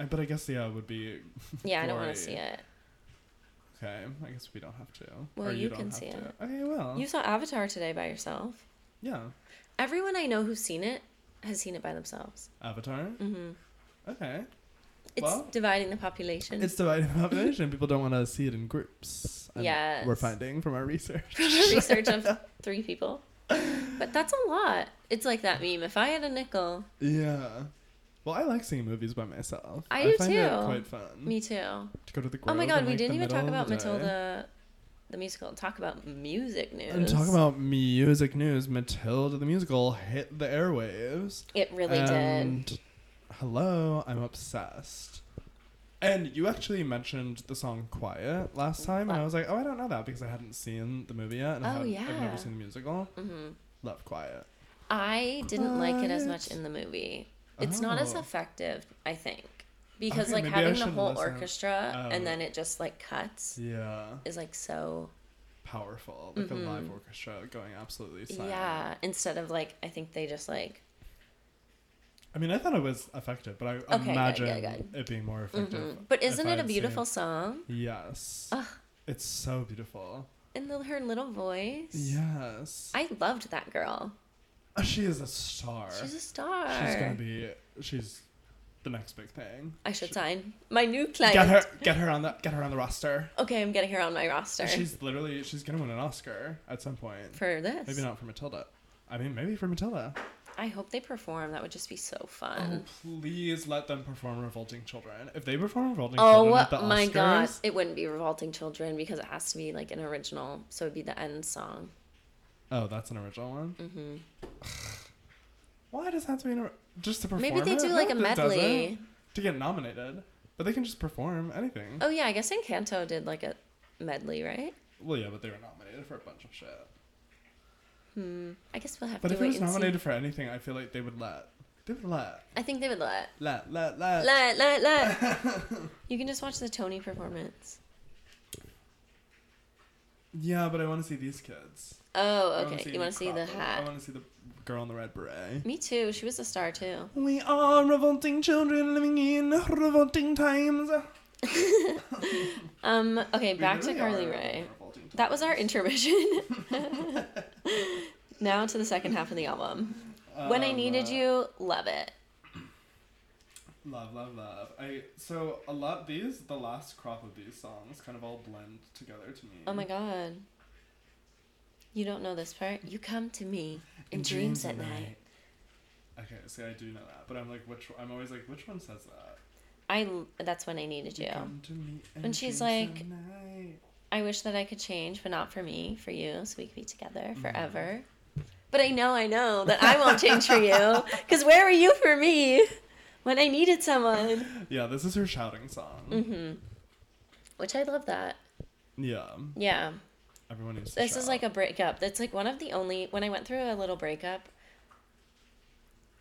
[SPEAKER 2] I, but I guess yeah would be.
[SPEAKER 1] Yeah, I don't want to
[SPEAKER 2] gory.
[SPEAKER 1] see it.
[SPEAKER 2] Okay, I guess we don't have to.
[SPEAKER 1] Well,
[SPEAKER 2] Or
[SPEAKER 1] you
[SPEAKER 2] don't
[SPEAKER 1] can
[SPEAKER 2] have
[SPEAKER 1] see
[SPEAKER 2] to.
[SPEAKER 1] it.
[SPEAKER 2] Okay, well,
[SPEAKER 1] You saw Avatar today by yourself.
[SPEAKER 2] yeah,
[SPEAKER 1] Everyone I know who's seen it has seen it by themselves.
[SPEAKER 2] Avatar.
[SPEAKER 1] hmm
[SPEAKER 2] Okay,
[SPEAKER 1] It's
[SPEAKER 2] Well,
[SPEAKER 1] dividing the population.
[SPEAKER 2] it's dividing the population. People don't want to see it in groups. I'm- we're
[SPEAKER 1] Yes.
[SPEAKER 2] finding from our research.
[SPEAKER 1] research of three people. But that's a lot. It's like that meme. If I had a nickel,
[SPEAKER 2] Yeah. Well, I like seeing movies by myself.
[SPEAKER 1] I do
[SPEAKER 2] find it
[SPEAKER 1] too.
[SPEAKER 2] quite fun.
[SPEAKER 1] me too.
[SPEAKER 2] to go to the
[SPEAKER 1] Oh my
[SPEAKER 2] Grove
[SPEAKER 1] god,
[SPEAKER 2] in,
[SPEAKER 1] we
[SPEAKER 2] like,
[SPEAKER 1] didn't
[SPEAKER 2] the
[SPEAKER 1] even talk
[SPEAKER 2] middle
[SPEAKER 1] about
[SPEAKER 2] of the day.
[SPEAKER 1] Matilda, the musical. Talk about music news.
[SPEAKER 2] And talk about music news. Matilda the musical hit the airwaves.
[SPEAKER 1] it really did.
[SPEAKER 2] And Hello, I'm obsessed. And you actually mentioned the song Quiet last time, and I was like, oh, I don't know that because I hadn't seen the movie yet, and I
[SPEAKER 1] Oh,
[SPEAKER 2] haven't- I've
[SPEAKER 1] yeah.
[SPEAKER 2] never seen the musical.
[SPEAKER 1] hmm
[SPEAKER 2] Love Quiet.
[SPEAKER 1] I didn't like it as
[SPEAKER 2] Quiet.
[SPEAKER 1] much in the movie. It's not as
[SPEAKER 2] Oh.
[SPEAKER 1] effective, I think, because
[SPEAKER 2] Okay,
[SPEAKER 1] like
[SPEAKER 2] maybe I
[SPEAKER 1] having the
[SPEAKER 2] should
[SPEAKER 1] whole
[SPEAKER 2] listen.
[SPEAKER 1] orchestra
[SPEAKER 2] Oh.
[SPEAKER 1] and then it just like cuts
[SPEAKER 2] Yeah.
[SPEAKER 1] is like so
[SPEAKER 2] Powerful. Like a live orchestra going absolutely silent.
[SPEAKER 1] Mm-hmm. yeah. Instead of like, I think they just like
[SPEAKER 2] I mean, I thought it was effective, but I
[SPEAKER 1] good, good,
[SPEAKER 2] imagine
[SPEAKER 1] good. Mm-hmm.
[SPEAKER 2] it being more effective.
[SPEAKER 1] Mhm. But
[SPEAKER 2] if
[SPEAKER 1] isn't
[SPEAKER 2] I
[SPEAKER 1] it a
[SPEAKER 2] had seen
[SPEAKER 1] beautiful song?
[SPEAKER 2] Yes.
[SPEAKER 1] Ugh.
[SPEAKER 2] It's so beautiful.
[SPEAKER 1] And the, her little voice.
[SPEAKER 2] Yes. Uh,
[SPEAKER 1] I loved that girl.
[SPEAKER 2] she is a star.
[SPEAKER 1] She's a star.
[SPEAKER 2] She's gonna be. She's the next big thing.
[SPEAKER 1] I should sign my new client.
[SPEAKER 2] Get her, get her on the, get her on the roster.
[SPEAKER 1] Okay, I'm getting her on my roster
[SPEAKER 2] She's literally, she's gonna win an Oscar at some point.
[SPEAKER 1] for this.
[SPEAKER 2] Maybe not for Matilda. I mean, maybe for Matilda.
[SPEAKER 1] I hope they perform. That would just be so
[SPEAKER 2] Oh,
[SPEAKER 1] fun.
[SPEAKER 2] please let them perform "Revolting Children." If they perform "Revolting
[SPEAKER 1] Oh,
[SPEAKER 2] Children" at the Oscars,
[SPEAKER 1] my god! It wouldn't be revolting children because it has to be like an original, so it'd be the end song.
[SPEAKER 2] Oh, that's an original one. Mm-hmm. Why does it have to be an, or- just to perform?
[SPEAKER 1] Maybe they
[SPEAKER 2] it?
[SPEAKER 1] do like
[SPEAKER 2] No,
[SPEAKER 1] a
[SPEAKER 2] it doesn't.
[SPEAKER 1] medley.
[SPEAKER 2] to get nominated, but they can just perform anything.
[SPEAKER 1] Oh yeah, I guess Encanto did like a medley, right?
[SPEAKER 2] Well, yeah, but they were nominated for a bunch of shit.
[SPEAKER 1] I guess we'll have
[SPEAKER 2] But
[SPEAKER 1] to
[SPEAKER 2] if it
[SPEAKER 1] wait
[SPEAKER 2] was
[SPEAKER 1] and
[SPEAKER 2] nominated for anything, I feel like they would let. They would let.
[SPEAKER 1] see. I think they would let.
[SPEAKER 2] Let, let, let.
[SPEAKER 1] Let, let, let. you can just watch the Tony performance.
[SPEAKER 2] Yeah, but I want to see these kids. I
[SPEAKER 1] Oh,
[SPEAKER 2] wanna
[SPEAKER 1] okay. You want to see the
[SPEAKER 2] Cropper. I
[SPEAKER 1] hat?
[SPEAKER 2] want to see the girl in the red beret.
[SPEAKER 1] Me too. She was a star too.
[SPEAKER 2] We are revolting children living in revolting times.
[SPEAKER 1] Um. Okay,
[SPEAKER 2] We
[SPEAKER 1] back
[SPEAKER 2] really
[SPEAKER 1] to Carly Rae.
[SPEAKER 2] are in revolting times.
[SPEAKER 1] That was our intermission. now to the second half of the album. When I
[SPEAKER 2] Um,
[SPEAKER 1] needed
[SPEAKER 2] uh,
[SPEAKER 1] you, love it.
[SPEAKER 2] Love, love, love. I so a lot these the last crop of these songs kind of all blend together to me.
[SPEAKER 1] Oh my god. You don't know this part. You come to me in dreams at night.
[SPEAKER 2] Okay, see, I do know that, but I'm like, which? I'm always like, which one says that?
[SPEAKER 1] I. l- That's when I needed you.
[SPEAKER 2] Come to me in
[SPEAKER 1] And she's
[SPEAKER 2] dreams
[SPEAKER 1] like-
[SPEAKER 2] at night.
[SPEAKER 1] I wish that I could change, but not for me, for you, so we could be together forever. But I know, I know that I won't change for you, because where were you for me when I needed someone?
[SPEAKER 2] Yeah, this is her shouting song.
[SPEAKER 1] Mm-hmm. Which I love that.
[SPEAKER 2] Yeah,
[SPEAKER 1] Yeah.
[SPEAKER 2] everyone needs. To
[SPEAKER 1] This is
[SPEAKER 2] shout.
[SPEAKER 1] like a breakup. That's like one of the only, when I went through a little breakup,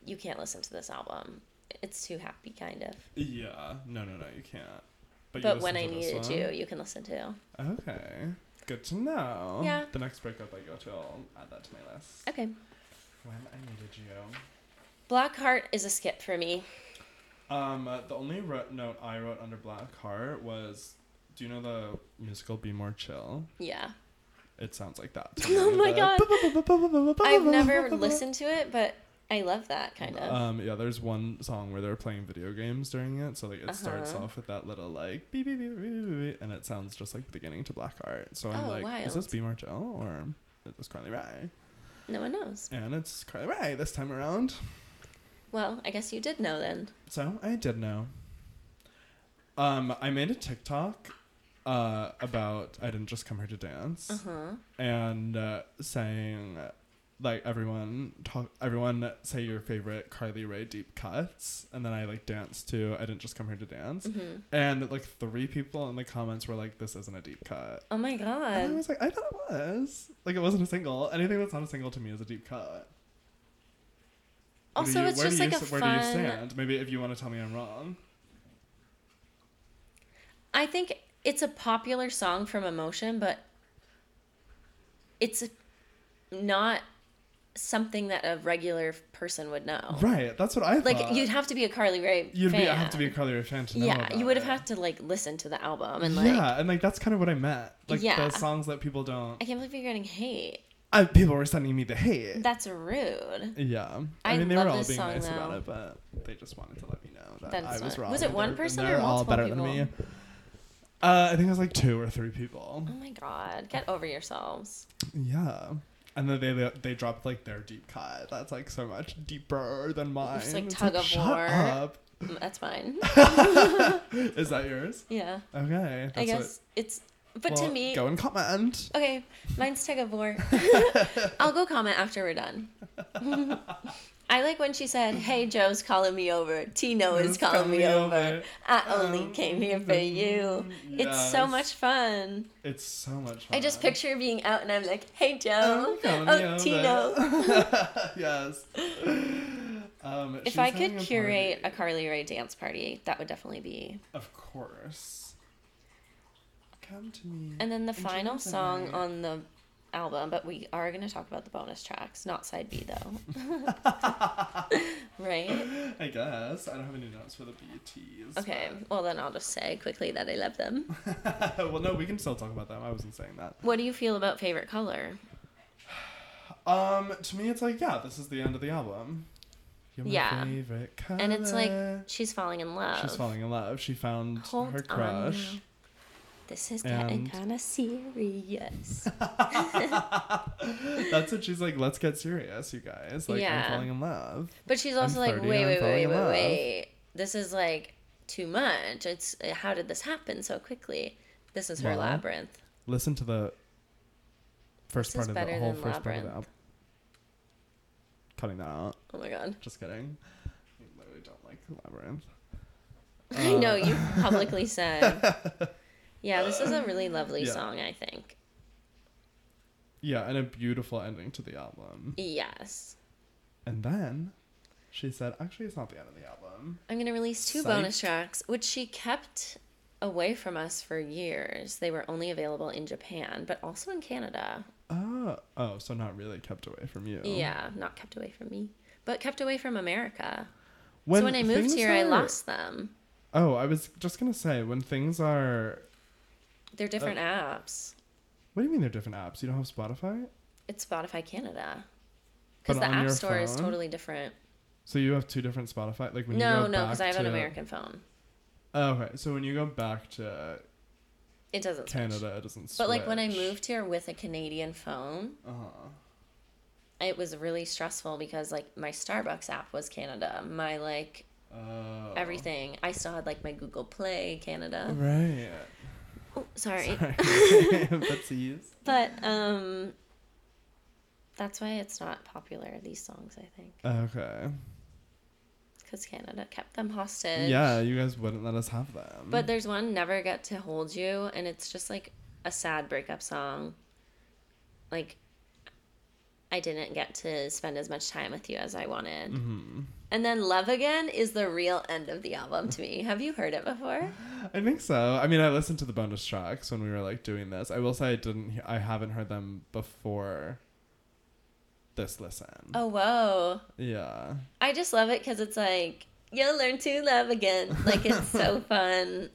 [SPEAKER 1] you can't listen to this album. It's too happy, kind of.
[SPEAKER 2] Yeah, no, no, no, you can't. you
[SPEAKER 1] But
[SPEAKER 2] listen
[SPEAKER 1] when I
[SPEAKER 2] to this
[SPEAKER 1] needed
[SPEAKER 2] one?
[SPEAKER 1] you, you can listen to.
[SPEAKER 2] Okay, good to know.
[SPEAKER 1] Yeah.
[SPEAKER 2] The next breakup I go to, I'll add that to my list.
[SPEAKER 1] Okay.
[SPEAKER 2] When I needed you.
[SPEAKER 1] Black Heart is a skip for me.
[SPEAKER 2] Um, uh, the only ro- note I wrote under Black Heart was, do you know the musical Be More Chill?
[SPEAKER 1] Yeah.
[SPEAKER 2] It sounds like that.
[SPEAKER 1] Oh my god.
[SPEAKER 2] god.
[SPEAKER 1] I've never listened to it, but I love that kind of.
[SPEAKER 2] Um, yeah, there's one song where they're playing video games during it, so like it starts
[SPEAKER 1] Uh-huh.
[SPEAKER 2] off with that little like beep beep beep beep beep, beep, beep, and it sounds just like the beginning to Black Art. So I'm
[SPEAKER 1] Oh,
[SPEAKER 2] like, is this
[SPEAKER 1] wild.
[SPEAKER 2] B Martel or is this Carly Rae?
[SPEAKER 1] No one knows.
[SPEAKER 2] And it's Carly Rae this time around.
[SPEAKER 1] Well, I guess you did know then.
[SPEAKER 2] So I did know. Um, I made a TikTok uh, about I didn't just come here to dance,
[SPEAKER 1] Uh-huh.
[SPEAKER 2] and uh, saying like everyone talk, everyone say your favorite Carly Rae deep cuts, and then I like danced to I didn't just come here to dance,
[SPEAKER 1] Mm-hmm.
[SPEAKER 2] and like three people in the comments were like, "This isn't a deep cut."
[SPEAKER 1] Oh my
[SPEAKER 2] And I
[SPEAKER 1] god.
[SPEAKER 2] was like, I thought it was. Like, it wasn't a single. Anything that's not a single to me is a deep cut. What do
[SPEAKER 1] Also,
[SPEAKER 2] you-
[SPEAKER 1] it's
[SPEAKER 2] where do
[SPEAKER 1] just
[SPEAKER 2] you
[SPEAKER 1] like a
[SPEAKER 2] s- Where do you
[SPEAKER 1] fun.
[SPEAKER 2] stand? Maybe if you want to tell me I'm wrong.
[SPEAKER 1] I think it's a popular song from Emotion, but it's not something that a regular person would know.
[SPEAKER 2] Right, that's what I
[SPEAKER 1] Like
[SPEAKER 2] thought.
[SPEAKER 1] you'd have to be a Carly Rae
[SPEAKER 2] You'd
[SPEAKER 1] fan.
[SPEAKER 2] be have to be a Carly Rae fan to know
[SPEAKER 1] yeah,
[SPEAKER 2] about
[SPEAKER 1] you would
[SPEAKER 2] it.
[SPEAKER 1] have had to like listen to the album and like.
[SPEAKER 2] yeah, and like that's kind of what I meant. Like
[SPEAKER 1] Yeah.
[SPEAKER 2] the songs that people don't.
[SPEAKER 1] I can't believe you're getting hate.
[SPEAKER 2] I, people were sending me the hate.
[SPEAKER 1] That's rude.
[SPEAKER 2] yeah,
[SPEAKER 1] I
[SPEAKER 2] mean they
[SPEAKER 1] love
[SPEAKER 2] were all
[SPEAKER 1] this
[SPEAKER 2] being
[SPEAKER 1] song,
[SPEAKER 2] nice
[SPEAKER 1] though.
[SPEAKER 2] about it, but they just wanted to let me know that,
[SPEAKER 1] That is
[SPEAKER 2] I was
[SPEAKER 1] fine.
[SPEAKER 2] wrong.
[SPEAKER 1] Was it
[SPEAKER 2] and
[SPEAKER 1] one
[SPEAKER 2] they're- and
[SPEAKER 1] person or
[SPEAKER 2] they're all
[SPEAKER 1] multiple
[SPEAKER 2] better than me?
[SPEAKER 1] people?
[SPEAKER 2] Uh, I think it was like two or three people.
[SPEAKER 1] Oh my god, get over yourselves.
[SPEAKER 2] Yeah. And then they they dropped like their deep cut. That's like so much deeper than mine.
[SPEAKER 1] It's like
[SPEAKER 2] It's
[SPEAKER 1] tug of
[SPEAKER 2] "Shut
[SPEAKER 1] war."
[SPEAKER 2] up."
[SPEAKER 1] Mm, That's mine.
[SPEAKER 2] Is that yours?
[SPEAKER 1] Yeah,
[SPEAKER 2] Okay.
[SPEAKER 1] I
[SPEAKER 2] that's what-
[SPEAKER 1] guess it's. But
[SPEAKER 2] well,
[SPEAKER 1] to me,
[SPEAKER 2] go and comment.
[SPEAKER 1] okay, mine's tug of war. I'll go comment after we're done. I like when she said, "Hey, Joe's calling me over. Tino is
[SPEAKER 2] Joe's
[SPEAKER 1] calling me over. I only
[SPEAKER 2] Um,
[SPEAKER 1] came here for you." It's so
[SPEAKER 2] yes.
[SPEAKER 1] much fun.
[SPEAKER 2] It's so much fun.
[SPEAKER 1] I just picture being out and I'm like, "Hey, Joe.
[SPEAKER 2] Oh,
[SPEAKER 1] Oh,
[SPEAKER 2] calling me over.
[SPEAKER 1] Tino."
[SPEAKER 2] yes. Um,
[SPEAKER 1] If
[SPEAKER 2] she's
[SPEAKER 1] I could
[SPEAKER 2] having a
[SPEAKER 1] curate a
[SPEAKER 2] party.
[SPEAKER 1] Carly Rae dance party, that would definitely be
[SPEAKER 2] of course. Come to me.
[SPEAKER 1] And then the
[SPEAKER 2] Enjoy
[SPEAKER 1] final
[SPEAKER 2] the
[SPEAKER 1] song
[SPEAKER 2] night.
[SPEAKER 1] on the album, but we are going to talk about the bonus tracks, not side B though. right?
[SPEAKER 2] I guess I don't have any notes for the BTS.
[SPEAKER 1] Okay.
[SPEAKER 2] but-
[SPEAKER 1] Well, then I'll just say quickly that I love them.
[SPEAKER 2] well, no, we can still talk about them. I wasn't saying that.
[SPEAKER 1] What do you feel about favorite color?
[SPEAKER 2] Um, to me, it's like, yeah, this is the end of the album. You're my
[SPEAKER 1] Yeah.
[SPEAKER 2] favorite color.
[SPEAKER 1] And it's like she's falling in love.
[SPEAKER 2] she's falling in love. She found
[SPEAKER 1] Hold
[SPEAKER 2] her
[SPEAKER 1] on
[SPEAKER 2] crush.
[SPEAKER 1] now. This is getting
[SPEAKER 2] And-
[SPEAKER 1] kind of serious.
[SPEAKER 2] That's what she's like. Let's get serious, you guys. Like,
[SPEAKER 1] Yeah.
[SPEAKER 2] I'm falling in love.
[SPEAKER 1] But she's also like,
[SPEAKER 2] 30
[SPEAKER 1] wait,
[SPEAKER 2] and I'm
[SPEAKER 1] wait, wait,
[SPEAKER 2] falling in
[SPEAKER 1] wait,
[SPEAKER 2] love."
[SPEAKER 1] wait. This is like too much. It's how did this happen so quickly? This is her
[SPEAKER 2] Well,
[SPEAKER 1] labyrinth.
[SPEAKER 2] Listen to the first
[SPEAKER 1] This is
[SPEAKER 2] part of
[SPEAKER 1] better
[SPEAKER 2] the whole
[SPEAKER 1] than
[SPEAKER 2] first part of the
[SPEAKER 1] Labyrinth.
[SPEAKER 2] album. Cutting that out.
[SPEAKER 1] Oh my god.
[SPEAKER 2] Just kidding. I literally don't like labyrinth. uh,
[SPEAKER 1] I know you publicly said. Yeah, this is a really lovely
[SPEAKER 2] Yeah.
[SPEAKER 1] song, I think.
[SPEAKER 2] Yeah, and a beautiful ending to the album.
[SPEAKER 1] Yes.
[SPEAKER 2] And then she said, actually, it's not the end of the album.
[SPEAKER 1] I'm going to release two
[SPEAKER 2] Psyched.
[SPEAKER 1] bonus tracks, which she kept away from us for years. They were only available in Japan, but also in Canada.
[SPEAKER 2] Oh, oh, so not really kept away from you.
[SPEAKER 1] Yeah, not kept away from me, but kept away from America.
[SPEAKER 2] When
[SPEAKER 1] so when I moved
[SPEAKER 2] things
[SPEAKER 1] here, I
[SPEAKER 2] are-
[SPEAKER 1] lost them.
[SPEAKER 2] Oh, I was just gonna say when things are.
[SPEAKER 1] They're
[SPEAKER 2] Oh.
[SPEAKER 1] different apps.
[SPEAKER 2] What do you mean they're different apps? You don't have Spotify,
[SPEAKER 1] It's Spotify Canada.
[SPEAKER 2] But
[SPEAKER 1] Because the
[SPEAKER 2] on
[SPEAKER 1] App
[SPEAKER 2] your
[SPEAKER 1] Store is
[SPEAKER 2] phone?
[SPEAKER 1] totally different.
[SPEAKER 2] so you have two different Spotify. Like when you
[SPEAKER 1] No,
[SPEAKER 2] go
[SPEAKER 1] no, because
[SPEAKER 2] back
[SPEAKER 1] I have an
[SPEAKER 2] to-
[SPEAKER 1] American phone.
[SPEAKER 2] Oh, okay, so when you go back to
[SPEAKER 1] It doesn't switch.
[SPEAKER 2] Canada, it doesn't.
[SPEAKER 1] But like when I
[SPEAKER 2] switch.
[SPEAKER 1] moved here with a Canadian phone,
[SPEAKER 2] Uh-huh.
[SPEAKER 1] it was really stressful because like my Starbucks app was Canada. My like
[SPEAKER 2] Oh.
[SPEAKER 1] everything. I still had like my Google Play Canada.
[SPEAKER 2] Right.
[SPEAKER 1] Oh, sorry.
[SPEAKER 2] Mm-hmm. Sorry. Betsy's.
[SPEAKER 1] But um that's why it's not popular these songs, I think,
[SPEAKER 2] Uh. Okay.
[SPEAKER 1] cuz Canada kept them hostage.
[SPEAKER 2] Yeah, you guys wouldn't let us have them.
[SPEAKER 1] But there's one Never Get to Hold You and it's just like a sad breakup song. Like I didn't get to spend as much time with you as I wanted.
[SPEAKER 2] Mhm.
[SPEAKER 1] And then Love Again is the real end of the album to me. Have you heard it before?
[SPEAKER 2] I think so. I mean, I listened to the bonus tracks when we were like doing this. I will say I didn't. He- I haven't heard them before. This listen.
[SPEAKER 1] Oh, whoa.
[SPEAKER 2] Yeah.
[SPEAKER 1] I just love it because it's like, you'll learn to love again. Like, it's so fun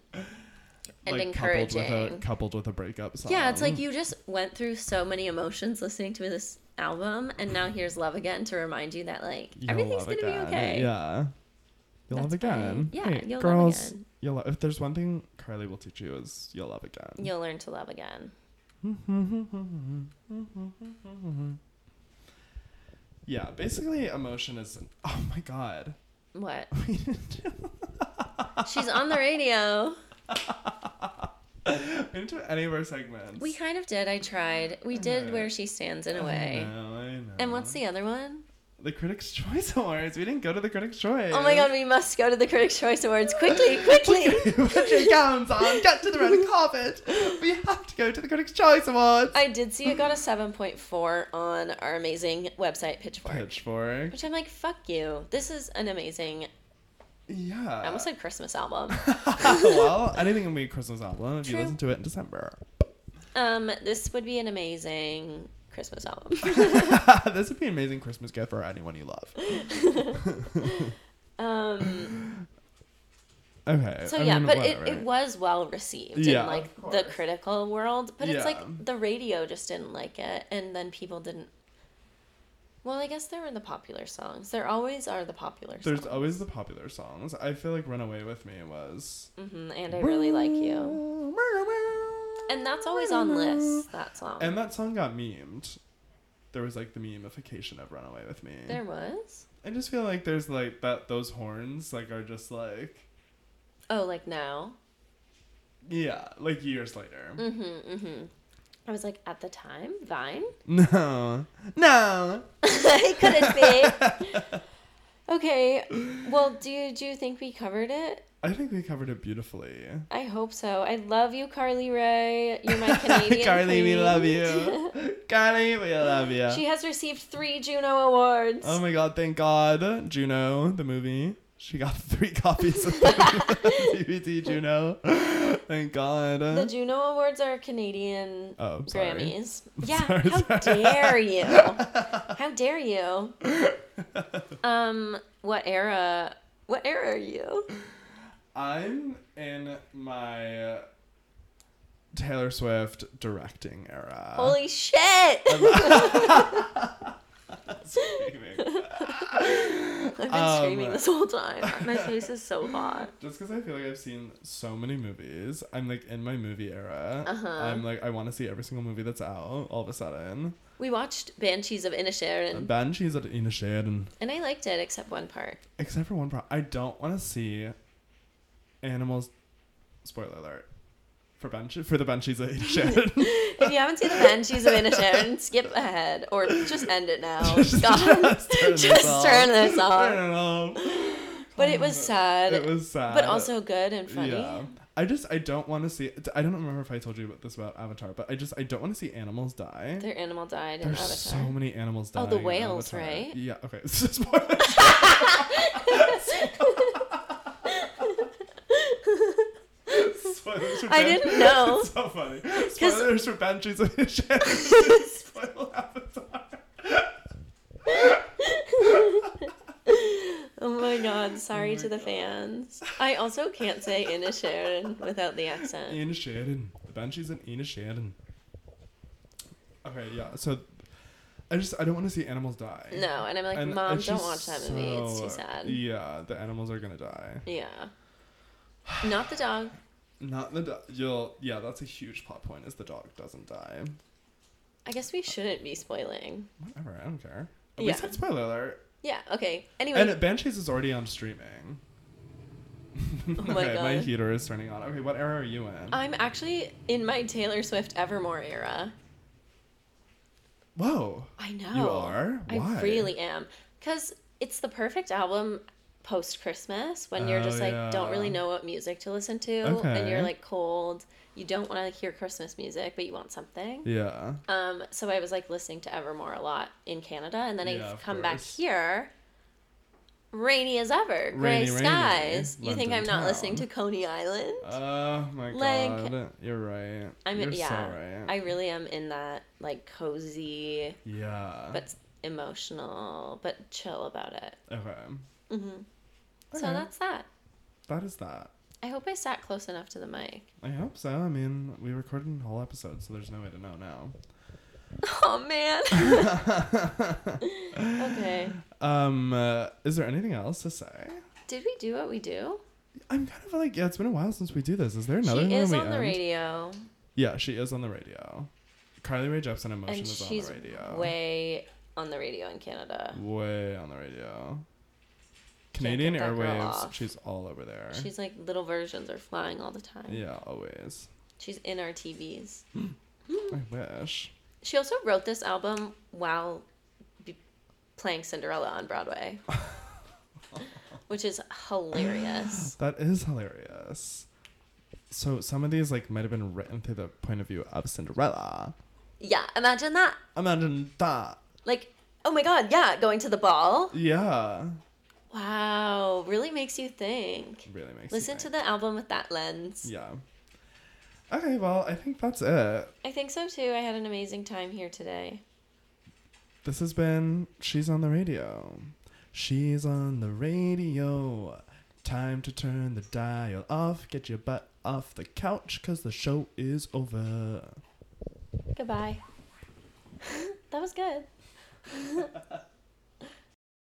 [SPEAKER 1] and encouraging.
[SPEAKER 2] Coupled with a coupled with a breakup song.
[SPEAKER 1] yeah, it's like you just went through so many emotions listening to this album, and now here's Love Again to remind you that, like,
[SPEAKER 2] You'll
[SPEAKER 1] everything's going
[SPEAKER 2] love
[SPEAKER 1] to be
[SPEAKER 2] again.
[SPEAKER 1] okay.
[SPEAKER 2] Yeah. You'll love
[SPEAKER 1] That's
[SPEAKER 2] again.
[SPEAKER 1] fine. Yeah,
[SPEAKER 2] Hey,
[SPEAKER 1] you'll love
[SPEAKER 2] girls,
[SPEAKER 1] again.
[SPEAKER 2] You'll lo- if there's one thing Carly will teach you is you'll love again.
[SPEAKER 1] You'll learn to love again.
[SPEAKER 2] Yeah, basically emotion is oh my god.
[SPEAKER 1] What? She's on the radio.
[SPEAKER 2] We didn't do any of our segments.
[SPEAKER 1] We kind of did. I tried. We did
[SPEAKER 2] Alright.
[SPEAKER 1] where she stands in a
[SPEAKER 2] I
[SPEAKER 1] way.
[SPEAKER 2] know, I know.
[SPEAKER 1] And what's the other one?
[SPEAKER 2] the Critics' Choice Awards? We didn't go to the Critics' Choice.
[SPEAKER 1] Oh my god, we must go to the Critics' Choice Awards quickly, quickly.
[SPEAKER 2] Put your gowns on. Get to the red carpet. We have to go to the Critics' Choice Awards.
[SPEAKER 1] I did see it got a 7.4 on our amazing website Pitchfork.
[SPEAKER 2] Pitchfork.
[SPEAKER 1] Which I'm like, fuck you. This is an amazing.
[SPEAKER 2] Yeah.
[SPEAKER 1] I almost said Christmas album.
[SPEAKER 2] well, anything can be a Christmas album if you
[SPEAKER 1] True.
[SPEAKER 2] listen to it in December.
[SPEAKER 1] Um, this would be an amazing Christmas album.
[SPEAKER 2] this would be an amazing Christmas gift for anyone you love.
[SPEAKER 1] um,
[SPEAKER 2] Okay.
[SPEAKER 1] so
[SPEAKER 2] I
[SPEAKER 1] yeah,
[SPEAKER 2] mean,
[SPEAKER 1] but it,
[SPEAKER 2] whatever.
[SPEAKER 1] it was well received
[SPEAKER 2] Yeah,
[SPEAKER 1] in like
[SPEAKER 2] of
[SPEAKER 1] the
[SPEAKER 2] course.
[SPEAKER 1] critical world, but it's
[SPEAKER 2] Yeah.
[SPEAKER 1] like the radio just didn't like it, and then people didn't. Well, I guess there were the popular songs. There always are the popular
[SPEAKER 2] There's
[SPEAKER 1] songs.
[SPEAKER 2] always the popular songs. I feel like "Runaway with Me" was.
[SPEAKER 1] hmm and I really like you. And that's always on lists. That song.
[SPEAKER 2] And that song got memed. There was like the memification of "Runaway with Me."
[SPEAKER 1] there was.
[SPEAKER 2] I just feel like there's like that those horns like are just like
[SPEAKER 1] Oh, like now.
[SPEAKER 2] yeah like years later.
[SPEAKER 1] Mm-hmm. Mm-hmm. I was like, at the time, Vine.
[SPEAKER 2] No, no.
[SPEAKER 1] it couldn't be. okay. Well, do you, do you think we covered it?
[SPEAKER 2] I think we covered it beautifully.
[SPEAKER 1] I hope so. I love you, Carly Rae. You're my Canadian.
[SPEAKER 2] Carly, we
[SPEAKER 1] queen.
[SPEAKER 2] love you. Carly, we love you.
[SPEAKER 1] she has received three Juno Awards.
[SPEAKER 2] Oh my god, thank God. Juno, the movie. She got three copies of the DVD Juno. Thank God.
[SPEAKER 1] the Juno Awards are Canadian
[SPEAKER 2] oh, sorry.
[SPEAKER 1] Grammys. Yeah.
[SPEAKER 2] Sorry,
[SPEAKER 1] how
[SPEAKER 2] sorry.
[SPEAKER 1] dare you? How dare you? Um, what era? What era are you?
[SPEAKER 2] I'm in my Taylor Swift directing era.
[SPEAKER 1] Holy shit! I've been
[SPEAKER 2] Um,
[SPEAKER 1] screaming this whole time. My face is so hot.
[SPEAKER 2] Just because I feel like I've seen so many movies, I'm like in my movie era.
[SPEAKER 1] Uh-huh.
[SPEAKER 2] I'm like I want to see every single movie that's out all of a sudden.
[SPEAKER 1] We watched Banshees of Inisherin,
[SPEAKER 2] Banshees at Inisherin.
[SPEAKER 1] and I liked it except one part.
[SPEAKER 2] Except for one part, I don't want to see animals. Spoiler alert for Banshee for the Banshees of Inisherin.
[SPEAKER 1] If you haven't seen the Banshees of Inisherin, skip ahead or just end it now. Oh, God,
[SPEAKER 2] just turn
[SPEAKER 1] just
[SPEAKER 2] this off.
[SPEAKER 1] turn this
[SPEAKER 2] I
[SPEAKER 1] off.
[SPEAKER 2] don't know.
[SPEAKER 1] But it was sad,
[SPEAKER 2] It was sad,
[SPEAKER 1] but also good and funny.
[SPEAKER 2] yeah. I just I don't want to see. I don't remember if I told you about this about Avatar, but I just I don't want to see animals die.
[SPEAKER 1] Their animal died in
[SPEAKER 2] There's
[SPEAKER 1] Avatar.
[SPEAKER 2] so many animals
[SPEAKER 1] Oh,
[SPEAKER 2] dying.
[SPEAKER 1] the
[SPEAKER 2] in
[SPEAKER 1] whales,
[SPEAKER 2] Avatar.
[SPEAKER 1] right?
[SPEAKER 2] Yeah. Okay. Spoiler. Spoilers for
[SPEAKER 1] I
[SPEAKER 2] Ban-
[SPEAKER 1] didn't know.
[SPEAKER 2] It's so funny. Spoilers for Banshees of Inisherin. Spoil Avatar.
[SPEAKER 1] oh my god, sorry
[SPEAKER 2] my
[SPEAKER 1] to the
[SPEAKER 2] God.
[SPEAKER 1] fans. I also can't say Inisherin without the accent.
[SPEAKER 2] Inisherin. The Banshees and Inisherin. Okay. Yeah. So, I just I don't want to see animals die.
[SPEAKER 1] No, and I'm like,
[SPEAKER 2] And
[SPEAKER 1] Mom,
[SPEAKER 2] it's
[SPEAKER 1] don't watch
[SPEAKER 2] just
[SPEAKER 1] that movie. It's too
[SPEAKER 2] so- e-
[SPEAKER 1] sad.
[SPEAKER 2] Yeah, the animals are gonna die.
[SPEAKER 1] Yeah. Not the dog.
[SPEAKER 2] Not the dog. You'll yeah, that's a huge plot point. Is the dog doesn't die?
[SPEAKER 1] I guess we shouldn't be spoiling.
[SPEAKER 2] Whatever, I don't care. At
[SPEAKER 1] Yeah.
[SPEAKER 2] least it's spoiler alert.
[SPEAKER 1] Yeah, okay. Anyway, Oh
[SPEAKER 2] And Banshees is already on streaming.
[SPEAKER 1] my
[SPEAKER 2] okay, my
[SPEAKER 1] God. Uh,
[SPEAKER 2] heater is turning on. Okay, what era are you in?
[SPEAKER 1] I'm actually in my Taylor Swift Evermore era.
[SPEAKER 2] Whoa.
[SPEAKER 1] I know.
[SPEAKER 2] are? Why?
[SPEAKER 1] I really am. Because it's the perfect album post Christmas when you're
[SPEAKER 2] Oh,
[SPEAKER 1] just like, don't
[SPEAKER 2] yeah.
[SPEAKER 1] really know what music to listen to. And you're
[SPEAKER 2] Okay.
[SPEAKER 1] like cold. You don't want to hear Christmas music, but you want something.
[SPEAKER 2] Yeah.
[SPEAKER 1] Um, so I was like listening to Evermore a lot in Canada, and then
[SPEAKER 2] Yeah,
[SPEAKER 1] I've
[SPEAKER 2] of
[SPEAKER 1] come back
[SPEAKER 2] course.
[SPEAKER 1] here. Rainy as ever, gray
[SPEAKER 2] Rainy, rainy.
[SPEAKER 1] skies. You think
[SPEAKER 2] London
[SPEAKER 1] I'm not listening to
[SPEAKER 2] town.
[SPEAKER 1] Coney Island?
[SPEAKER 2] Oh my
[SPEAKER 1] Like-
[SPEAKER 2] god. You're right.
[SPEAKER 1] I'm
[SPEAKER 2] You're
[SPEAKER 1] yeah.
[SPEAKER 2] so right.
[SPEAKER 1] I really am in that like cozy
[SPEAKER 2] yeah.
[SPEAKER 1] but emotional but chill about it.
[SPEAKER 2] okay.
[SPEAKER 1] hmm So
[SPEAKER 2] Okay.
[SPEAKER 1] that's that.
[SPEAKER 2] That is that.
[SPEAKER 1] I hope I sat close enough to the mic.
[SPEAKER 2] I hope so. I mean, we recorded a whole episode, so there's no way to know now.
[SPEAKER 1] Oh man. okay.
[SPEAKER 2] Um, uh, is there anything else to say?
[SPEAKER 1] Did we do what we do?
[SPEAKER 2] I'm kind of like, yeah, it's been a while since we do this. Is there another
[SPEAKER 1] she
[SPEAKER 2] one
[SPEAKER 1] is
[SPEAKER 2] we
[SPEAKER 1] on the
[SPEAKER 2] end? Oh,
[SPEAKER 1] radio.
[SPEAKER 2] Yeah, she is on the radio. Carly Rae Jepsen Emotion
[SPEAKER 1] and
[SPEAKER 2] is
[SPEAKER 1] she's
[SPEAKER 2] on the radio.
[SPEAKER 1] way on the radio in Canada.
[SPEAKER 2] Way on the radio. Canadian
[SPEAKER 1] that girl
[SPEAKER 2] Airwaves.
[SPEAKER 1] off.
[SPEAKER 2] She's all over there.
[SPEAKER 1] She's like little versions are flying all the time.
[SPEAKER 2] yeah, always.
[SPEAKER 1] She's in our TVs.
[SPEAKER 2] I wish.
[SPEAKER 1] She also wrote this album while be- playing Cinderella on Broadway, which is hilarious.
[SPEAKER 2] That is hilarious. So some of these like might have been written through the point of view of Cinderella.
[SPEAKER 1] Yeah, imagine that.
[SPEAKER 2] Imagine that.
[SPEAKER 1] Like, oh my god, yeah, going to the ball.
[SPEAKER 2] Yeah.
[SPEAKER 1] Wow, really makes you think.
[SPEAKER 2] Really makes
[SPEAKER 1] Listen to the album with that lens.
[SPEAKER 2] Yeah. Okay, well, I think that's it.
[SPEAKER 1] I think so too. I had an amazing time here today.
[SPEAKER 2] This has been She's on the Radio. She's on the radio. Time to turn the dial off. Get your butt off the couch because the show is over.
[SPEAKER 1] Goodbye. that was good.